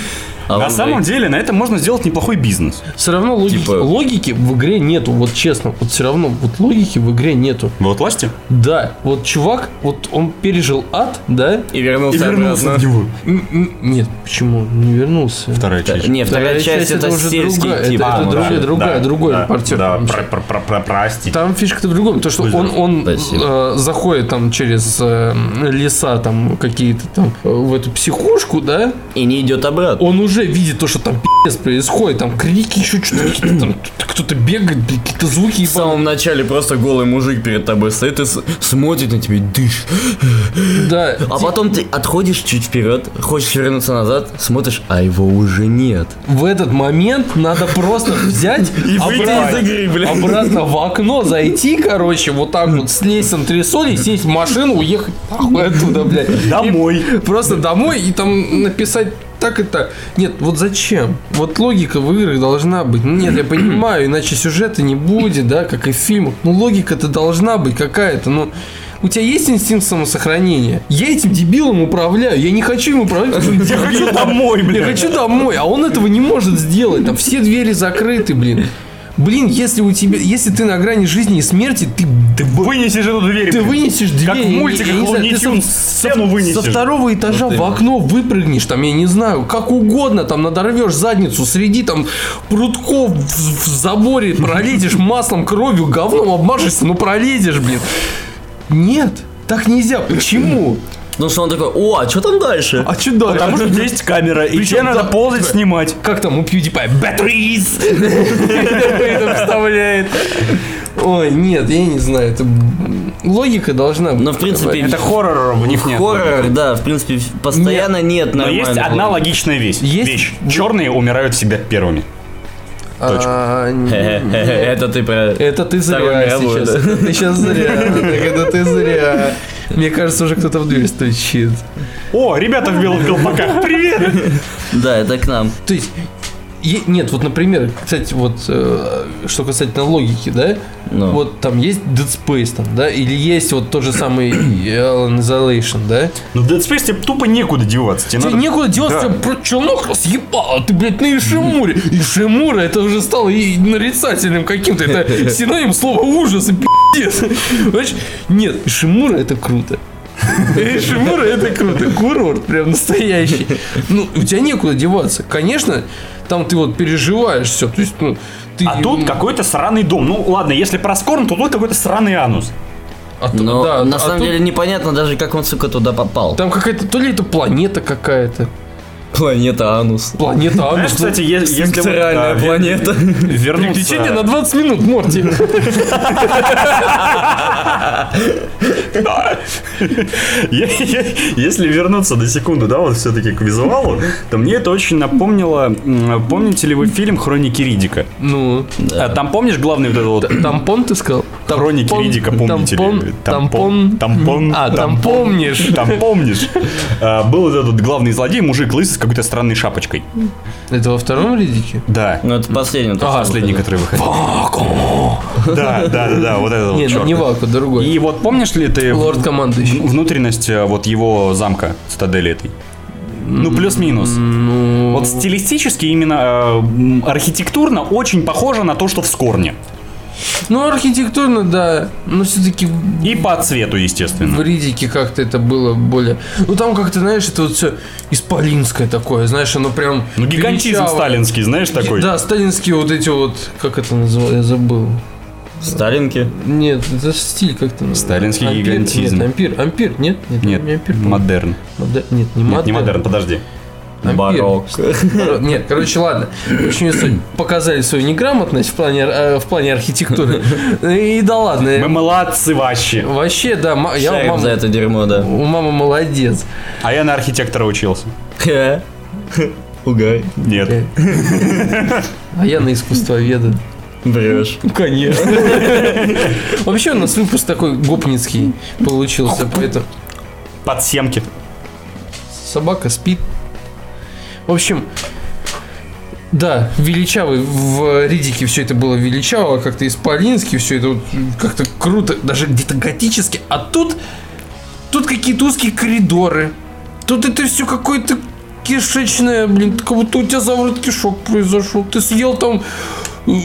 А
На
вот,
самом деле на этом можно сделать неплохой бизнес.
Все равно логики,
Типа-
логики в игре нету, вот честно. Вот все равно, вот логики в игре нету.
В Outlast'е?
Да, вот чувак, вот он пережил ад, да?
И вернулся,
И вернулся
обратно.
от него.
М- м- Нет, почему? Не вернулся.
Вторая
Да,
часть.
Не, вторая, часть, это,
уже
сельский
другая,
тип.
это- это
по-моему,
другая,
да.
другая, другой репортер.
Да, про- про- про- про- прости.
Там фишка-то в другом, то что
Блин,
он, он
спасибо.
э, заходит там через э, леса там какие-то там э, в эту психушку, да,
И не идет обратно.
он уже видит то, что там пи***ц происходит, там крики еще что-то, какие-то там кто-то бегает, блин, какие-то звуки
В самом начале просто голый мужик перед тобой стоит и с- смотрит на тебя, и дышит.
ебаные. Да,
А потом ты отходишь чуть вперед, хочешь вернуться назад, смотришь, а его уже нет.
в этот момент надо просто взять
И выйти
обратно,
из игры, блин.
обратно в окно зайти, короче, вот так вот слезть с антресолей, сесть в машину, уехать нахуй оттуда, блядь.
Домой.
Просто домой и там написать так и так. Нет, вот зачем? Вот логика в играх должна быть. Ну, Нет, я понимаю, иначе сюжета не будет, да, как и в фильмах. Ну, логика-то должна быть какая-то, ну... У тебя есть инстинкт самосохранения? Я этим дебилом управляю. Я не хочу им управлять. потому что
Я хочу домой,
я
блядь.
хочу домой, а он этого не может сделать. Там все двери закрыты, блин. Блин, если у тебя, если ты на грани жизни и смерти, ты,
Ты вынесешь эту дверь.
ты
блядь.
вынесешь дверь.
Как в
я не-
мультиках
я не знаю,
Луни
ты со-
Тюнс
со-
стену
Со
вынесешь.
второго этажа в окно выпрыгнешь, там, я не знаю, как угодно, там надорвешь задницу среди там прутков в, в заборе, пролезешь маслом, кровью, говном обмажешься, ну пролезешь, блин. Нет, так нельзя. Почему?
Потому что он такой, о, а что там дальше?
А что дальше?
Потому что есть камера, и тебе надо
да.
ползать, снимать.
как там у PewDiePie, batteries! Это вставляет. Ой, нет, я не знаю, это м, логика должна быть.
Но, в принципе,
какая-то.
Это хоррор, в них нет.
Хоррор, да, в принципе, постоянно нет,
Но
нормального.
есть одна логичная вещь.
Есть-
вещь. Черные умирают себя первыми.
А, не-
Это ты про...
Это ты
Вторую
зря
мировую,
сейчас. Это Ты сейчас зря. так Это ты зря. Мне кажется, уже кто-то в дверь стучит.
О, ребята в белых колпаках, привет!
Да, это к нам.
То есть, е- нет, вот, например, кстати, вот, э, что касательно логики, да,
Ну.
вот там есть Dead Space, там, да, или есть вот тот же самый Alien Isolation, да,
Ну, в Dead Space тебе тупо некуда деваться. Тебе
Тебе
надо...
некуда делать,
Да.
тебя про челнок съебало, ты, блядь, на Ишимуре. Ишимура, это уже стало и нарицательным каким-то, это синоним слова ужас и пиздец. Понимаешь? Нет, Ишимура это круто. Ишимура это круто, курорт прям настоящий. Ну, у тебя некуда деваться. Конечно, там ты вот переживаешь все, то есть, ну, ты...
А тут какой-то сраный дом. Ну, ладно, если про Скорн, то тут какой-то сраный анус.
А т-
Но
да,
на
а
самом
тут
деле непонятно даже, как он, сука, туда попал.
Там какая-то, то ли это планета какая-то,
Планета Анус.
планета
Знаешь,
Анус.
кстати, е- если вот, да,
Центральная
ве-
планета.
Приключения на
вернуться...
20 минут, Морти.
Е- е- Если вернуться на секунду, да, вот все-таки к визуалу, то мне это очень напомнило... м, Помните ли вы фильм «Хроники Ридика»?
Ну,
А Там помнишь главный вот этот вот
Тампон ты сказал?
Хроники Риддика, помните ли?
Тампон.
Тампон,
Тампон.
тампон,
А, там
тампон.
помнишь.
Там помнишь? А, Был вот этот главный злодей, мужик лысый с какой-то странной шапочкой.
Это во втором Риддике?
Да.
Ну, это последний.
Ага,
Последний, который выходил. Да, да, да, да, вот этот вот
Нет,
чёрт.
не Ваку, другой.
И вот помнишь ли ты
Лорд командующий.
внутренность э, вот его замка, цитадели этой? Ну, плюс-минус.
Ну,
Вот стилистически, именно э, м, архитектурно очень похоже на то, что в Скорне.
ну, архитектурно, да. Но все-таки
И по цвету, естественно.
в Ридике как-то это было более... Ну, там как-то, знаешь, это вот все исполинское такое, знаешь, оно прям...
Ну, гигантизм
величаво.
сталинский, знаешь, такой.
Да, сталинские вот эти вот... Как это называется? Я забыл.
Сталинки.
Нет, это ж стиль как-то... называется.
Сталинский
Ампир?
гигантизм.
Нет, ампир. Ампир? Нет?
Нет,
не ампир.
модерн.
Модер- Нет, не
Нет, не
модерн.
модерн, подожди.
вампиры.
Барок.
Баро- Нет, короче, ладно. В общем, не суть. показали свою неграмотность в плане, э, в плане архитектуры. И да
Мы
ладно.
молодцы вообще.
Вообще, да, ма- я у
Шарим за
мамы-
это дерьмо, да.
у мамы молодец.
А я на архитектора учился.
Ха. Угай.
Нет.
А я на искусствоведа.
Врешь.
Конечно. Вообще у нас выпуск такой гопницкий получился, поэтому
Подсемки.
собака спит. В общем, да, величавый в Ридике все это было величаво, как-то исполински, все это вот как-то круто, даже где-то готически. А тут, тут какие-то узкие коридоры, тут это все какое-то кишечное, блин, как будто у тебя заворот кишок произошел. Ты съел там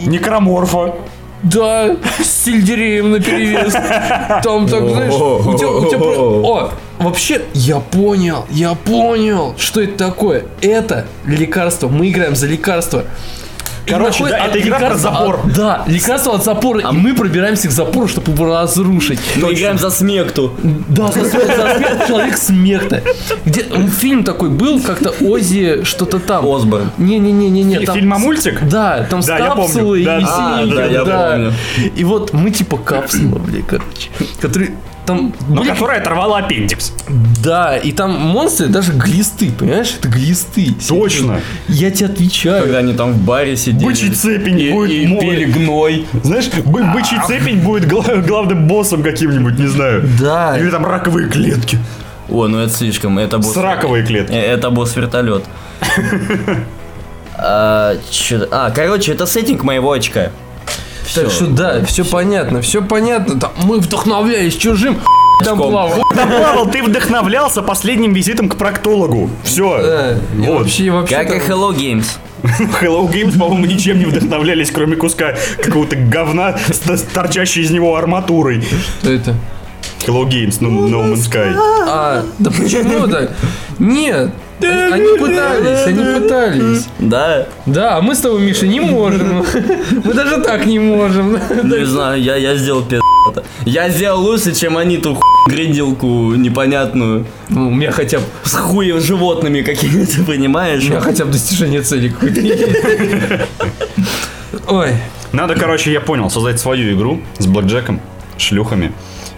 Некроморфа.
Да, с сельдереем наперевес. Там так, знаешь, у тебя, у тебя про- О, вообще, я понял, я понял, что это такое. Это лекарство, мы играем за лекарство. И
Короче,
находит-
да,
от
это игра про
лекарства-
запор.
от- да, лекарство от запора, а мы пробираемся к запору, чтобы его разрушить.
Мы играем за смекту.
Да, за смех- за смех, человек смех-то. Где м, фильм такой был, как-то Ози что-то там.
Осборн.
Не-не-не-не-не. там-
Фильма мультик?
Да, там с
Да, я помню.
капсулой
Да,
и
да,
синеньким,
да, я помню.
И вот мы типа капсула, блин, короче, которые там,
Но
блин,
которая оторвала ну, аппендикс.
да, и там монстры даже глисты, понимаешь, это глисты.
Точно.
Я тебе отвечаю.
Когда они там в баре сидели.
Бычий цепень будет мой.
гной.
Знаешь, бы- бычий цепень будет гла- главным боссом каким-нибудь, не знаю.
Да.
Или там раковые клетки.
О, ну это слишком. Это босс.
С раковые
Э,
клетки.
Это босс вертолет. А, чё- а, короче, это сеттинг моего очка.
Так что
Всё.
да, все понятно, все понятно. Там мы вдохновляясь чужим. Там
Очком.
плавал.
Да, Павел, ты вдохновлялся последним визитом к проктологу.
Да,
Все.
и
Вот.
Вообще, вообще.
Как и
там-
Hello Games.
Hello Games, по-моему, ничем не вдохновлялись, кроме куска какого-то говна с с торчащей из него арматурой.
Что это?
Hello Games, ну, No Man's Sky.
А, да почему так? Нет. Они пытались, они пытались.
Да,
Да, а мы с тобой, Миша, не можем. Мы даже так не можем.
Ну, не знаю, я, я сделал пи***. Я сделал лучше, чем они ту ху... грядилку непонятную.
Ну, у меня хотя бы
С хуем животными какими-то, понимаешь?
у меня хотя бы достижение цели какое-то есть. Ой,
Надо, короче, я понял, создать свою игру с блэкджеком, шлюхами,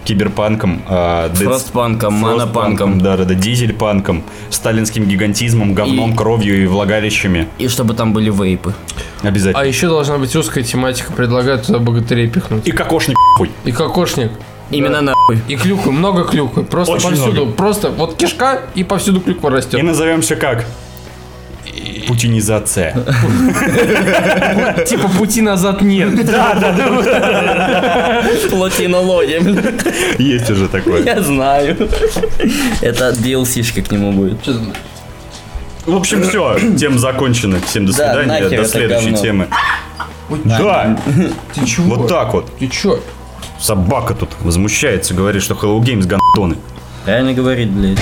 киберпанком, а, Dead-
Фростпанком, монопанком.
Да-да-да, дизельпанком, сталинским гигантизмом, говном,
И-
кровью и влагалищами.
И чтобы там были вейпы.
Обязательно.
а еще должна быть русская тематика, предлагают туда богатырей
А-
пихнуть.
И кокошник хуй.
И кокошник,
Именно нахуй.
и клюквы, много клюквы, просто
Очень
повсюду,
много.
просто вот кишка и повсюду клюква
И
растет.
назовемся как? Путинизация.
Типа пути назад нет.
Платинология.
Есть уже такое.
Я знаю. Это DLC-шка к нему будет.
В общем, все. Тема закончена. Всем до
Да,
свидания.
нахер
До
это
следующей
говно.
темы. Да,
Ты чего?
вот так вот.
Ты чё?
Собака тут возмущается, говорит, что Hello Games гандоны.
Реально говорит, блядь.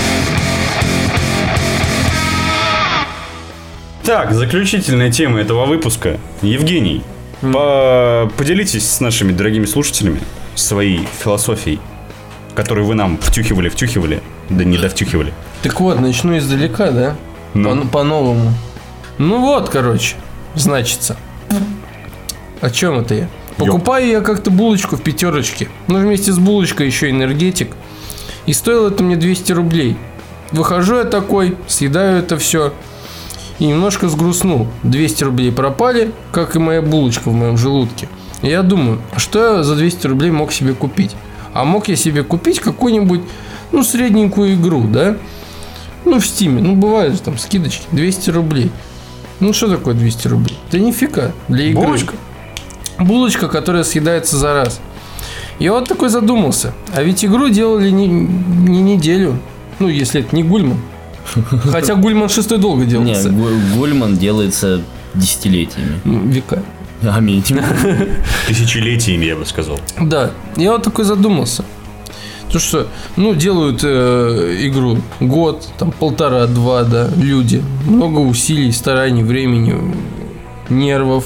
Так, заключительная тема этого выпуска. Евгений, по- поделитесь с нашими дорогими слушателями своей философией, которую вы нам втюхивали, втюхивали, да не довтюхивали.
Так вот, начну издалека, да?
Ну.
По- По-новому. Ну вот, короче, значится. О чем это я? Покупаю я как-то булочку в пятерочке. Ну, вместе с булочкой еще энергетик. И стоило это мне 200 рублей. Выхожу я такой, съедаю это все. И немножко сгрустнул. 200 рублей пропали, как и моя булочка в моем желудке. И я думаю, а что я за 200 рублей мог себе купить? А мог я себе купить какую-нибудь, ну, средненькую игру, да? Ну, в Стиме, ну, бывают же там скидочки, 200 рублей. Ну, что такое 200 рублей? Да нифига, для игры.
Булочка?
Булочка, которая съедается за раз. Я вот такой задумался. А ведь игру делали не, не неделю. Ну, если это не Гульман. Хотя Гульман шестой долго
Не,
делался.
Гу- Гульман делается десятилетиями.
М, Века.
Аминь.
Тысячелетиями, я бы сказал.
Да, я вот такой задумался. То что, ну, делают э, игру год, там, полтора-два, да, люди. Много усилий, стараний, времени, нервов.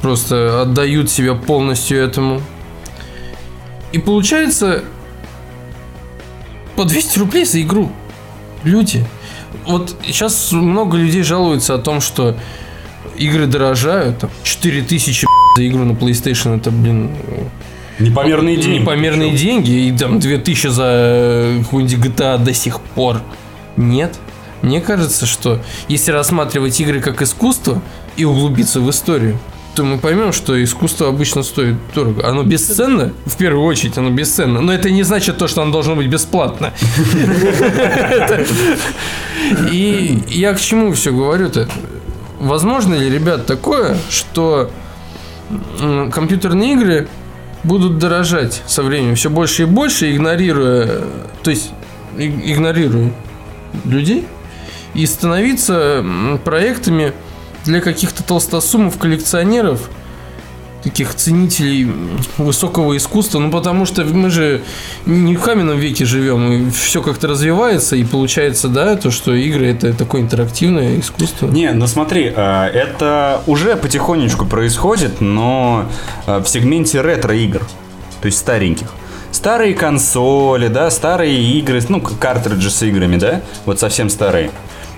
Просто отдают себя полностью этому. И получается по 200 рублей за игру. Люди. вот сейчас много людей жалуются о том, что игры дорожают, там, 4000 за игру на PlayStation, это, блин,
Непомерные деньги.
непомерные
причем.
деньги, и там 2000 за какую-нибудь GTA до сих пор. Нет. Мне кажется, что если рассматривать игры как искусство и углубиться в историю, то мы поймем, что искусство обычно стоит дорого. Оно бесценно, в первую очередь, оно бесценно. Но это не значит то, что оно должно быть бесплатно. И я к чему все говорю-то? Возможно ли, ребят, такое, что м, компьютерные игры будут дорожать со временем все больше и больше, игнорируя, э, то есть и- игнорируя людей, и становиться м, проектами для каких-то толстосумов, коллекционеров, таких ценителей м, высокого искусства, ну потому что мы же не в каменном веке живем, и все как-то развивается, и получается, да, то, что игры это такое интерактивное искусство.
Не, ну смотри, э, это уже потихонечку происходит, но э, в сегменте ретро-игр, то есть стареньких. Старые консоли, да, старые игры, ну, к- картриджи с играми, да, вот совсем старые.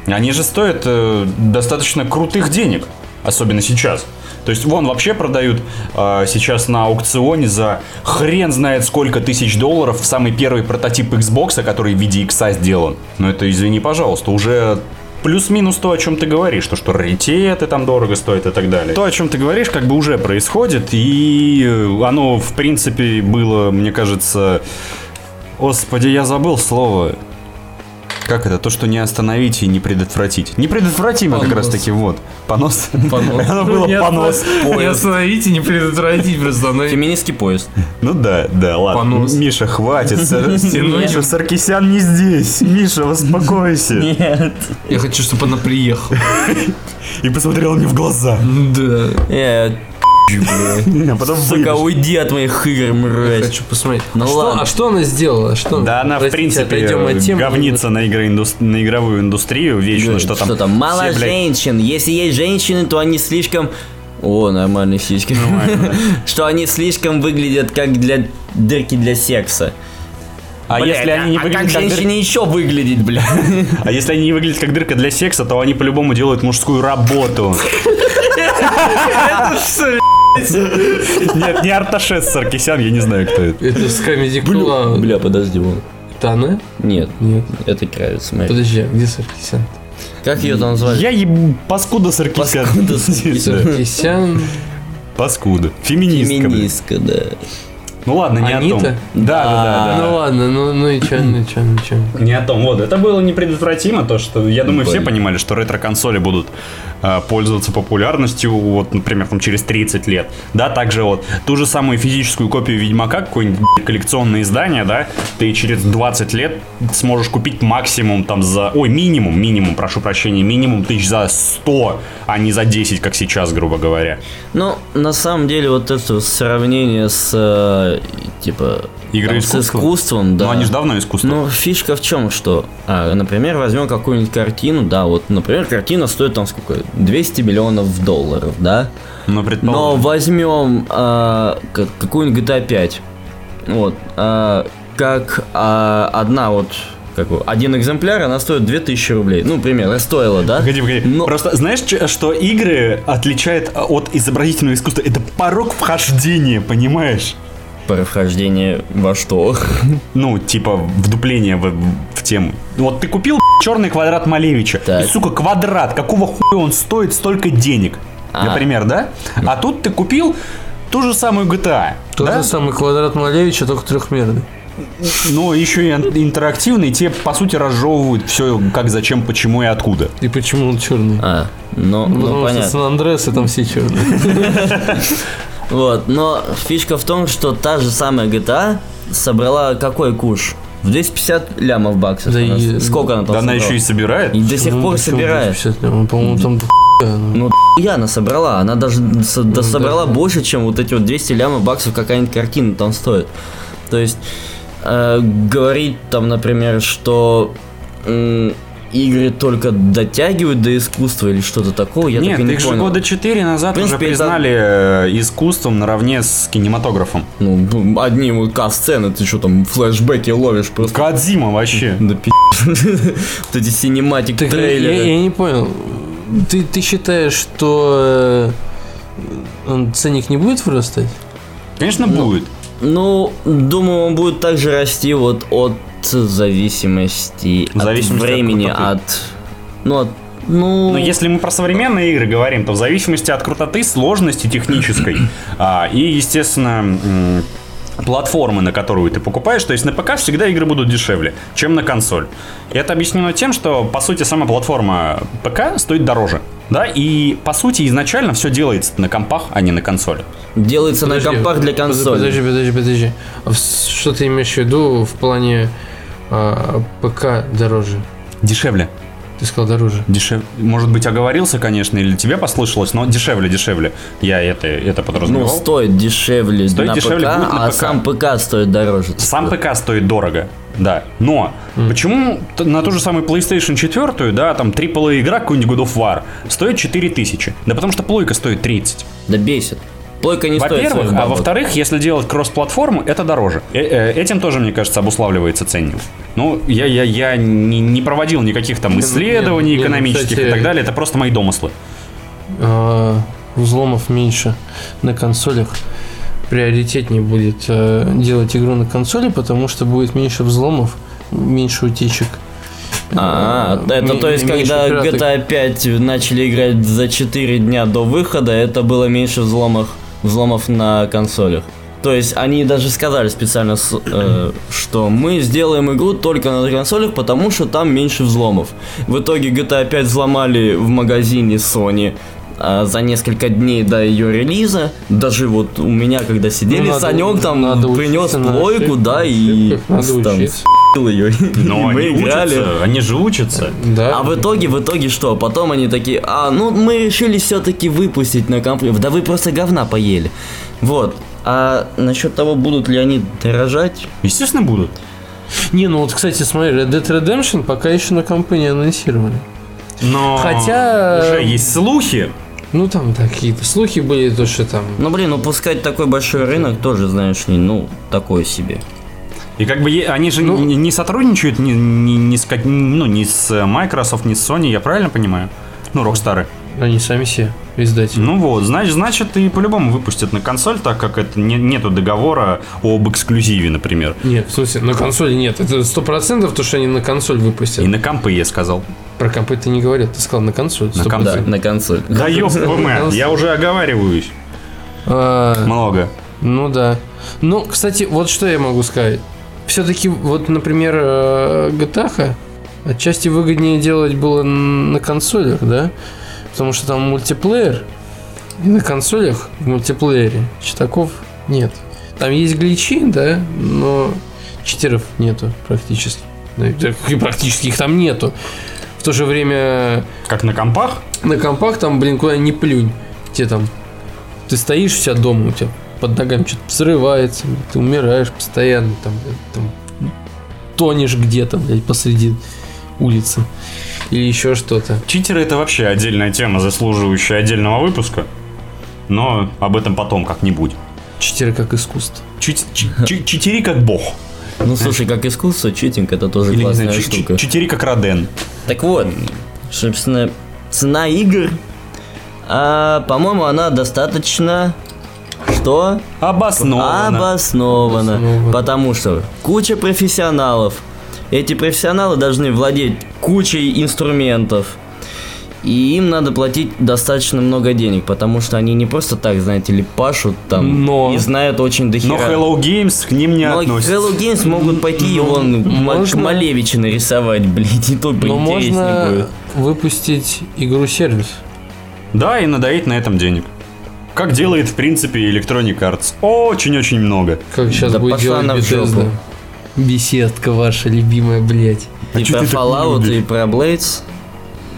Они же стоят э, достаточно крутых денег, особенно сейчас. То есть вон вообще продают э, сейчас на аукционе за хрен знает сколько тысяч долларов самый первый прототип Xbox, который в виде X сделан. Но это, извини, пожалуйста, уже плюс-минус то, о чем ты говоришь, то, что раритеты там дорого стоят и так далее. То, о чем ты говоришь, как бы уже происходит, и э, оно, в принципе, было, мне кажется... Господи, я забыл слово. Как это? То, что не остановить и не предотвратить. Не предотвратимо как
Понос.
раз таки, вот. Понос.
Понос.
Оно было
Не
понос.
Не
Поезд.
остановите, не предотвратить просто. оно-
Феминистский поезд.
Ну да, да, ладно.
Понос.
Миша, хватит. Сар- Миша, Саркисян не здесь. Миша, успокойся.
Нет.
Я хочу, чтобы она приехала.
И посмотрел мне в глаза.
Да.
Я
А потом
Сука,
выйдешь.
уйди от моих игр,
Я
мразь.
хочу посмотреть.
Ну
а, что,
ладно.
а что она сделала? Что?
Да, она, в
Простите,
принципе,
отойдем от темы.
говнится на, игроиндус- на игровую индустрию вечно,
Говорит,
что там.
Мало
все, блядь,
женщин. Если есть женщины, то они слишком... О, нормальные сиськи. Что они слишком выглядят как для дырки для секса.
А
Блядь,
если они не
а
выглядят
как
как дыр-
женщине еще выглядеть, бля?
а если они не выглядят как дырка для секса, то они по-любому делают мужскую работу. Нет, не Арташес Саркисян, я не знаю, кто это.
Это с Comedy Club.
Бля, подожди, вон.
Это она?
Нет,
Нет.
это нравится, смотри.
Подожди, где Саркисян?
Как ее там звали?
Я ебу паскуда Саркисян.
Паскуда Саркисян.
Да,
Саркисян. Ну
Паскуда. Феминистка. блядь.
Феминистка, да.
Ну ладно, не о том. Да,
Анита?
да, да,
А.
да.
Ну ладно, ну, ну и чё, ну и чё, ну и чё.
Не о том, вот. Это было непредотвратимо, то, что, я думаю, все
Блин.
понимали, что ретро-консоли будут э, пользоваться популярностью, вот, например, там, через 30 лет. Да, также вот ту же самую физическую копию Ведьмака, какое-нибудь б***ь, коллекционное издание, да, ты через 20 лет сможешь купить максимум там за... Ой, минимум, минимум, прошу прощения, минимум тысяч за 100, а не за 10, как сейчас, грубо говоря.
Ну, на самом деле, вот это сравнение с, э, типа...
Игры
там, С
искусства?
искусством, да.
Но Ну, они же давно искусство.
Ну, фишка в чем, что, а, например, возьмем какую-нибудь картину, да, вот, например, картина стоит там сколько, 200 миллионов долларов, да,
Но,
но
Ну, предположим,
возьмем а, к- какую-нибудь GTA 5, вот, а, как а, одна вот, как его, один экземпляр, она стоит 2000 рублей, ну, примерно, стоила, да?
Погоди, погоди.
Но-
Просто знаешь, чё- что игры отличает а, от изобразительного искусства? Это порог вхождения, понимаешь?
Прохождение во что?
Ну, типа, вдупление в, в тему. Вот ты купил черный квадрат Малевича.
Так.
И, сука, квадрат, какого хуя он стоит столько денег?
А.
Например, да? А тут ты купил ту же самую GTA.
Тот
да?
же самый квадрат Малевича, только трехмерный.
Но еще и ан- интерактивный, и тебе, по сути, разжевывают все, как, зачем, почему и откуда.
И почему он черный?
А, ну, ну,
Потому что
понятно.
Сан-Андреас и там все черные.
Вот, но фишка в том, что та же самая GTA собрала какой куш? В 250 лямов баксов.
Да
она с-
и-
Сколько она там
Да она
собрала?
еще и собирает.
И до сих
Ну,
пор
почему
собирает.
250? Ну, По-моему, там до хуя, ну.
Ну, я она собрала. Она даже со- Ну, да собрала
да.
больше, чем вот эти вот 200 лямов баксов какая-нибудь картина там стоит. То есть, э, говорить там, например, что м, игры только дотягивают до искусства или что-то такого, я
Нет,
так и не
их же
понял.
года 4 назад
В принципе,
уже
это-
признали э, искусством наравне с кинематографом.
Ну, б- одни вот кат-сцены, ты что там, флешбеки ловишь просто.
Кадзима вообще.
Да пи***. Вот эти синематик
Так, я, я-
трейлеры.
я не понял. Ты, ты считаешь, что э, он- ценник не будет вырастать?
Конечно, будет.
Ну, думаю, он будет также расти вот от зависимости,
Зависимости
от
от
времени,
крутоты.
от... Ну, от... Ну,
Но если мы про современные игры говорим, то в зависимости от крутоты, сложности технической а, и, естественно, м, платформы, на которую ты покупаешь, то есть на ПК всегда игры будут дешевле, чем на консоль. И это объяснено тем, что, по сути, сама платформа ПК стоит дороже. Да, и по сути изначально все делается на компах, а не на консоли.
делается на
Подожди,
компах для
под-
консоли.
Подожди, подожди, подожди. А в- Что ты имеешь в виду в плане а, ПК дороже?
Дешевле.
Ты сказал дороже.
Дешев... Может быть, оговорился, конечно, или тебе послышалось, но дешевле, дешевле. Я это, это
Ну,
подразумевал.
стоит дешевле
Стоит
на
дешевле
ПК,
будет на
а
ПК.
сам ПК стоит дороже.
Сам ПК стоит дорого, да. Но почему т- на ту же самую PlayStation 4, да, там AAA игра, какой-нибудь God of War, стоит 4000? Да потому что плойка стоит 30.
Да бесит. Плойка не стоит
Во-первых,
своих
а
бабок.
во-вторых, если делать кросс-платформу, это дороже. Э- э, Этим тоже, мне кажется, обуславливается ценник. Ну, я, я, я не, не проводил никаких там исследований
не, ну,
экономических
кстати,
и так далее, это просто мои домыслы.
А, взломов меньше на консолях. Приоритетнее будет э, делать игру на консоли, потому что будет меньше взломов, меньше утечек.
А,
Э,
это
ме-
то есть,
меньше
когда
пираток.
GTA 5 начали играть за 4 дня до выхода, это было меньше взломов, взломов на консолях. То есть они даже сказали специально, с- э, что мы сделаем игру только на консолях, потому что там меньше взломов. В итоге GTA 5 взломали в магазине Sony а, за несколько дней до ее релиза. Даже вот у меня, когда сидели,
Ну, надо-
Санек там
надо
принес
учиться на
плойку,
ошибках,
да,
на
и
ошибках надо
там
учиться.
ее.
Но
мы
они
играли.
учатся, они же учатся.
Да.
А в итоге, в итоге что? Потом они такие, а, ну мы решили все-таки выпустить на компьютер. Да вы просто говна поели. Вот. А насчет того, будут ли они дорожать?
Естественно, будут.
Не, ну вот, кстати, смотри, Red Dead Redemption пока еще на компании анонсировали.
Но
Хотя- э,
уже есть слухи,
Ну там да, какие-то слухи были, то что там.
Ну блин, упускать такой большой рынок тоже, знаешь ли, ну, такое себе.
И как бы е- они же
Ну-
не, не сотрудничают ни, ни- ни с как- ну, ни с э, Microsoft, ни с Sony, я правильно понимаю? Ну, Rockstar.
Они сами все издатели.
Ну вот, значит, значит, и по-любому выпустят на консоль, так как это не- нету договора об эксклюзиве, например.
Нет, в смысле, на консоли нет. Это сто процентов то, что они на консоль выпустят.
И на компы я сказал.
Про компы ты не говорил, ты сказал на консоль.
На
100%.
комп,
Да, на консоль.
Да ёб ПМ, я уже оговариваюсь.
А,
Много.
ну да. Ну, кстати, вот что я могу сказать. Все-таки, вот, например, э, GTA отчасти выгоднее делать было н- на консолях, да? Потому что там мультиплеер, и на консолях в мультиплеере читаков нет. Там есть гличи, да, но читеров нету практически. Ну, и так- и Практически их там нету. В то же время
Как на компах?
на компах там, блин, куда не плюнь. Тебе там, ты стоишь у себя дома, у тебя под ногами что-то взрывается, ты умираешь постоянно, там, блин, там, тонешь где-то, блядь, посреди улицы. Или еще что-то.
Читеры это вообще отдельная тема, заслуживающая отдельного выпуска. Но об этом потом как-нибудь.
Читеры как искусство.
Чит- чи- чи- Читери как бог.
Ну слушай, как искусство, читинг это тоже
Или, не
классная
знаю, чи-
штука.
чи- читери как Роден.
Так вот, собственно, цена игр, а, по-моему, она достаточно... Что?
Обоснованно.
Обоснованно.
Обоснованно.
Потому что куча профессионалов. Эти профессионалы должны владеть кучей инструментов. И им надо платить достаточно много денег, потому что они не просто так, знаете ли, пашут там
Но-
и знают очень
Но
дохера.
Hello Games к ним не
Но
относится.
Hello Games могут пойти и вон
можно-
можно... Малевича нарисовать, блядь, и то
Но
поинтереснее
можно
будет.
выпустить игру-сервис.
Да, и надоить на этом денег. Как делает, в принципе, Electronic Arts. Очень-очень много.
Как сейчас
Да
будет
пошла
делать
она в
Bethesda.
жопу.
Беседка ваша любимая, блядь.
И
А чё
про
ты так
Fallout,
любишь?
и про Blades.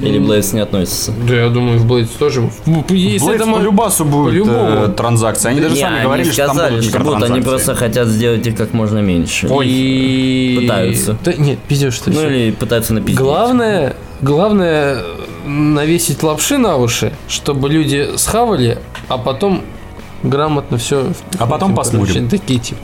Или Blades не относится.
Да, я думаю, в Blades тоже. Ну, Если
Blades
это мо-
по любасу будет
по-любому.
э, транзакции. Они даже
Не,
сами
они
говорили, что там
сказали,
будут
что будут, они просто
микротранзакции.
хотят сделать их как можно меньше.
И...
пытаются.
Да, нет, пиздешь ты.
Ну
всё.
или пытаются напиздить.
Главное, Главное навесить лапши на уши, чтобы люди схавали, а потом грамотно все.
А потом посмотрим.
Такие типа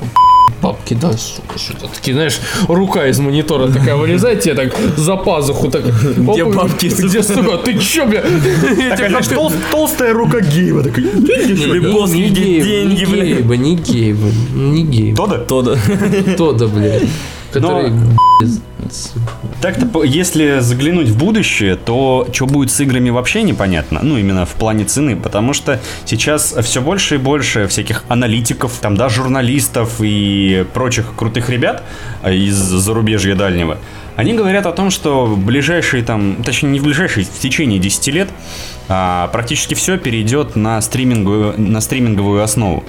бабки, да, сука, что-то такие, знаешь, рука из монитора такая вылезает, тебе так за пазуху так.
Где
оп,
бабки?
Где, сука, ты чё, бля?
Так, а знаешь, тол- толстая рука геева такая.
Лебовский,
Не
где
гей,
деньги,
не
блядь?
гей бы, не гей бы, не гей бы.
То да?
То да.
Кто да, блядь, который, блядь,
Так-то, по- если заглянуть в будущее, то что будет с играми вообще непонятно. Ну, именно в плане цены, потому что сейчас все больше и больше всяких аналитиков, там, да, журналистов и прочих крутых ребят а, из зарубежья дальнего, они говорят о том, что в ближайшие там, точнее не в ближайшие, в течение 10 лет а, практически все перейдет на стриминговую, на стриминговую основу.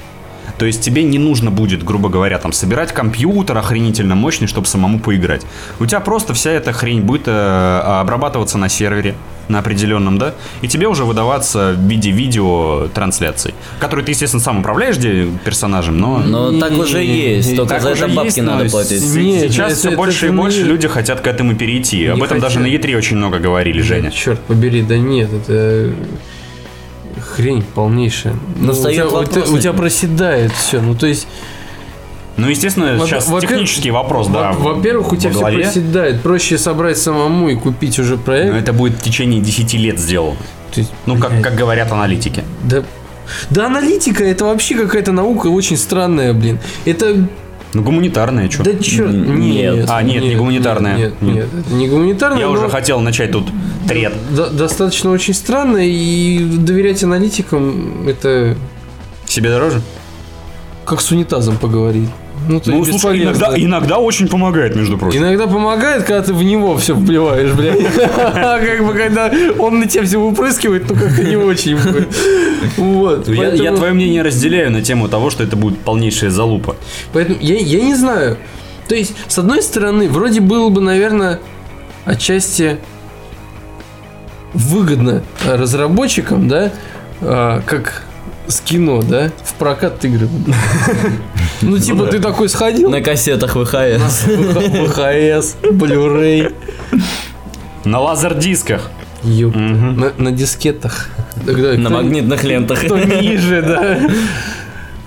То есть тебе не нужно будет, грубо говоря, там собирать компьютер охренительно мощный, чтобы самому поиграть. У тебя просто вся эта хрень будет э, обрабатываться на сервере, на определенном, да, и тебе уже выдаваться в виде видео трансляций, которые ты, естественно, сам управляешь де- персонажем, но...
Но так уже есть, только
Так
за
уже
это
есть,
бабки
но
надо
с-
платить.
Не,
сейчас
это-
все
это-
больше и
это
больше
не-
люди хотят к этому перейти. Об этом даже на
хотят.
E3 очень много говорили, Женя.
Черт побери, да нет, это хрень полнейшая. Ну, у тебя,
встаёт
у
вопрос
тебя- у
этим.
тебя проседает все. Ну, то есть,
Ну, естественно,
Во-
сейчас
во-первых-
технический вопрос, да.
во- во-первых, у тебя
во
все
главе.
проседает. Проще собрать самому и купить уже
Но
проект.
это будет в течение 10 лет сделано.
То есть,
Ну, как,
блядь,
как говорят аналитики.
Да, да аналитика это вообще какая-то наука очень странная, блин. Это
Ну, гуманитарное, что?
да черт.
М, нет.
А, нет, не гуманитарная.
Нет,
Нет.
нет, это не гуманитарная.
Я
но
уже хотел начать тут трет.
до- достаточно очень странно, и доверять аналитикам это
Себе дороже?
как с унитазом поговорить. Ну, то
Ну,
есть
слушай,
бесполезно.
иногда, иногда очень помогает, между прочим.
Иногда помогает, когда ты в него все вплеваешь, блядь. А как бы когда он на тебя все выпрыскивает, ну как-то не очень. будет. Вот.
ну, Я, я
поэтому-
твое мнение разделяю на тему того, что это будет полнейшая залупа.
Поэтому я, я не знаю. То есть, с одной стороны, вроде было бы, наверное, отчасти выгодно э, разработчикам, да, э, как с кино, да, в прокат игры. Ну, типа,
да.
ты такой сходил,
На кассетах ВХС.
ВХС, Blu-ray,
На лазер-дисках.
ёпта, на на дискетах. Тогда
На
кто-
магнитных лентах.
Кто ниже, да.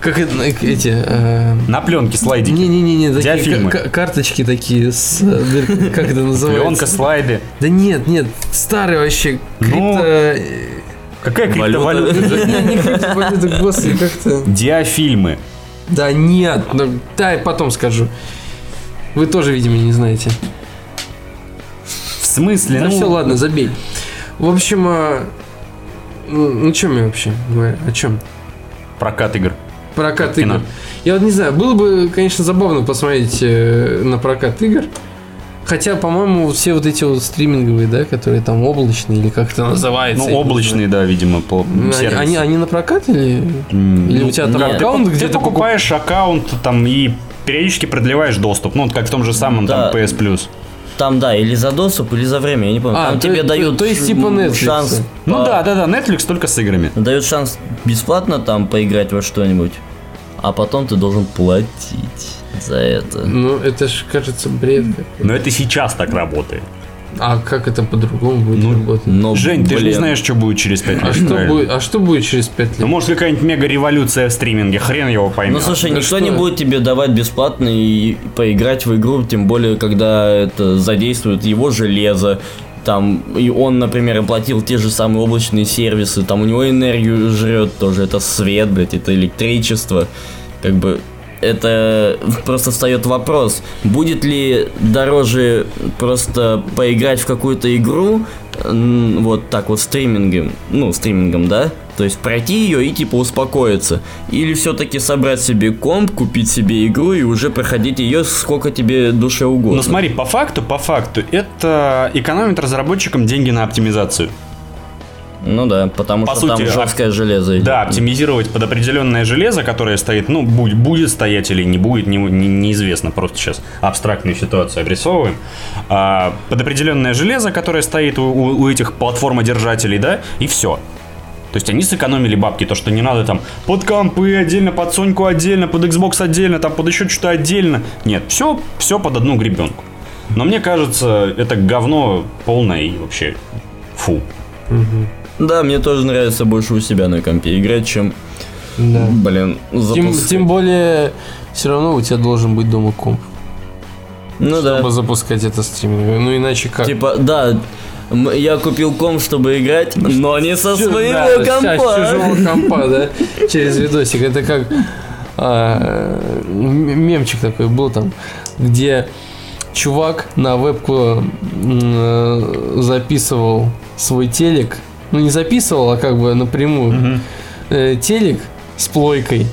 Как это, э, эти... э,
На пленке слайдики.
Не-не-не, такие
Диафильмы.
ка- ка- карточки такие с э, дыр- как это
Пленка,
называется?
слайды.
Да нет, нет, старый вообще
Ну,
крипто... э,
Какая
Валюта.
криптовалюта?
Не, не криптовалюта, господи, как-то...
Диафильмы.
Да нет, ну, да, я потом скажу. Вы тоже, видимо, не знаете.
В смысле?
Да
ну,
все, ладно, забей. В общем, а, ну, ну чем я вообще говорю? О чем?
Прокат игр.
Прокат
Кино.
игр. Я вот не знаю, было бы, конечно, забавно посмотреть э, на прокат игр. Хотя, по-моему, все вот эти вот стриминговые, да, которые там облачные или как это называется.
Ну, облачные, да, видимо, по
Они-
сервисы.
Они, они на прокат или...
М, ну,
Или у тебя там
нет.
аккаунт,
Ты
где ты покуп-
покупаешь аккаунт там и периодически продлеваешь доступ. Ну, вот как в том же самом
Да.
там PS Plus.
Там, да, или за доступ, или за время, я не помню.
А,
Там
то-
тебе
то-
дают
то есть типа
м,
Netflix.
шанс.
Ну
по-
да, да, да, Netflix только с играми.
Дают шанс бесплатно там поиграть во что-нибудь, а потом ты должен платить за это.
Ну, это же, кажется, бред. какой-то.
Но это сейчас так работает.
А как это по-другому будет
Ну,
работать?
Но,
Жень, ты же не
блин,
знаешь, что будет через 5 лет.
А что,
правильно?
будет, а что будет через 5
Ну,
лет?
может, какая-нибудь мега-революция в стриминге, хрен его поймет.
Ну слушай,
Да
никто
что?
не будет тебе давать бесплатно и поиграть в игру, тем более, когда это задействует его железо. Там, и он, например, оплатил те же самые облачные сервисы, там у него энергию жрет тоже, это свет, блядь, это электричество. Как бы это просто встает вопрос, будет ли дороже просто поиграть в какую-то игру, м, вот так вот стримингом, ну, стримингом, да? То есть пройти ее и типа успокоиться. Или все-таки собрать себе комп, купить себе игру и уже проходить ее сколько тебе душе угодно.
Ну смотри, по факту, по факту, это экономит разработчикам деньги на оптимизацию.
Ну да, потому
По
что
а
там
сути,
жесткое железо. идет.
Да, оптимизировать под определенное железо, которое стоит, ну, будь- будет стоять или не будет, не- не- неизвестно. Просто сейчас абстрактную ситуацию обрисовываем. А, под определенное железо, которое стоит у, у- у этих платформодержателей, да, и все. То есть они сэкономили бабки, то, что не надо там под компы отдельно, под Соньку отдельно, под Xbox отдельно, там под еще что-то отдельно. Нет, все, все под одну гребенку. Но мне кажется, это говно полное и вообще фу.
Да, мне тоже нравится больше у себя на компе играть, чем,
Ну,
Да.
блин,
Тем,
запуск.
тем более, все равно у тебя должен быть дома комп,
ну да.
чтобы запускать это стриминг. Ну иначе как?
Типа, да, м- я купил комп, чтобы играть, но не со
Чу-
своего
да,
компа.
щас чужого компа, да, через видосик. Это как а, м- мемчик такой был там, где чувак на вебку м, записывал свой телек. Ну, не записывал, а как бы напрямую. Э, телек с плойкой.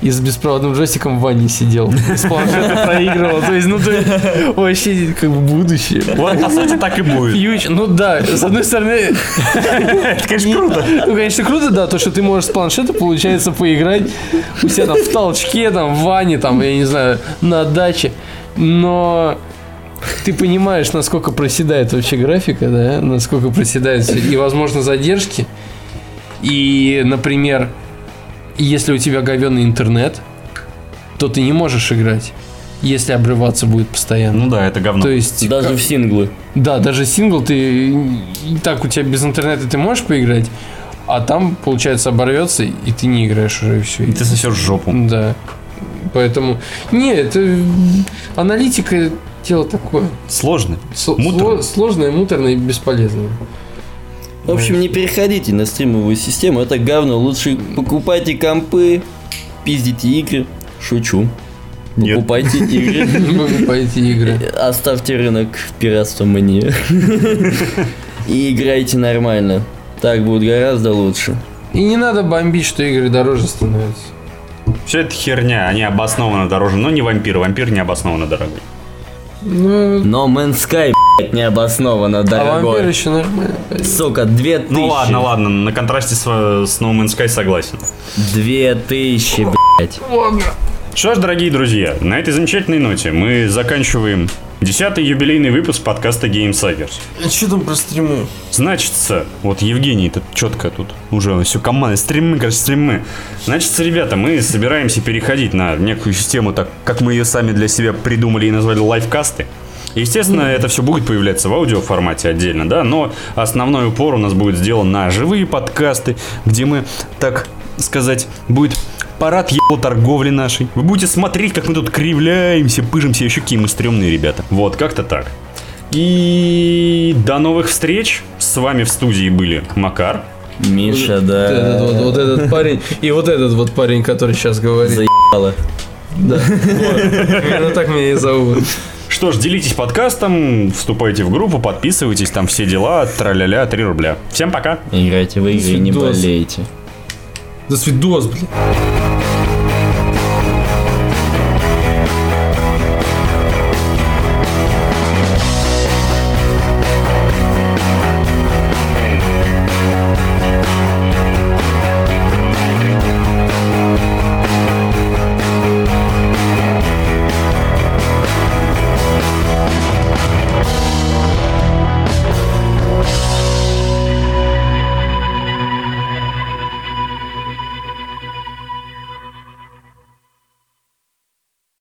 И с беспроводным джойстиком в ванне сидел. И С планшета проигрывал. То есть, ну, то есть, вообще, как бы будущее.
Вот, по сути, так и будет.
Фьюч- ну да, с одной стороны,
Это, конечно, круто.
ну, конечно, круто, да, то, что ты можешь с планшета, получается, поиграть у себя там в толчке, там, в ванне, там, я не знаю, на даче. Но ты понимаешь, насколько проседает вообще графика, да, насколько проседает всё, и, возможно, задержки. И, например, если у тебя говенный интернет, то ты не можешь играть, если обрываться будет постоянно.
Ну да, это говно.
То есть
Даже в синглы.
да, даже сингл ты и так у тебя без интернета ты можешь поиграть, а там, получается, оборвется, и ты не играешь уже и все.
И ты сосешь жопу.
Да. Поэтому. Не, это м, аналитика дело такое.
Сложно.
Сло-
Муторно.
сло- Сложное, муторное и бесполезное.
В общем, не переходите на стримовую систему, это говно. Лучше покупайте компы, пиздите игры. Шучу.
Нет.
Покупайте игры.
Не могу пойти игры.
Оставьте рынок пиратства мне. И играйте нормально. Так будет гораздо лучше.
И не надо бомбить, что игры дороже становятся.
Все это херня, они обоснованно дороже. Но не вампир, вампир не обоснованно дорогой.
Ну,
Но Man Sky, блядь, необоснованно
а вампир
дорогой.
еще нормально.
Сука, две тысячи.
Ну ладно, ладно, на контрасте с, э, с No Man's Sky согласен.
Две тысячи, блядь.
Что ж, дорогие друзья, на этой замечательной ноте мы заканчиваем 10-й юбилейный выпуск подкаста Game Suckers.
Что там про стримы?
Значится, вот Евгений, это четко тут уже все команда, стримы, короче, стримы. Значится, ребята, мы собираемся переходить на некую систему, так как мы ее сами для себя придумали и назвали лайфкасты. Естественно, это все будет появляться в аудиоформате отдельно, да, но основной упор у нас будет сделан на живые подкасты, где мы, так сказать, будет парад его торговли нашей. Вы будете смотреть, как мы тут кривляемся, пыжимся, еще какие мы стрёмные ребята. Вот, как-то так. И до новых встреч. С вами в студии были Макар.
Миша,
Вот этот вот,
да.
вот этот парень. И вот этот вот парень, который сейчас говорит.
Заебало.
Да. Примерно так меня и зовут.
Что ж, делитесь подкастом, вступайте в группу, подписывайтесь, там все дела, траля-ля, 3 рубля. Всем пока!
Играйте в игры и не
Свидос.
болейте.
До свидос, блин.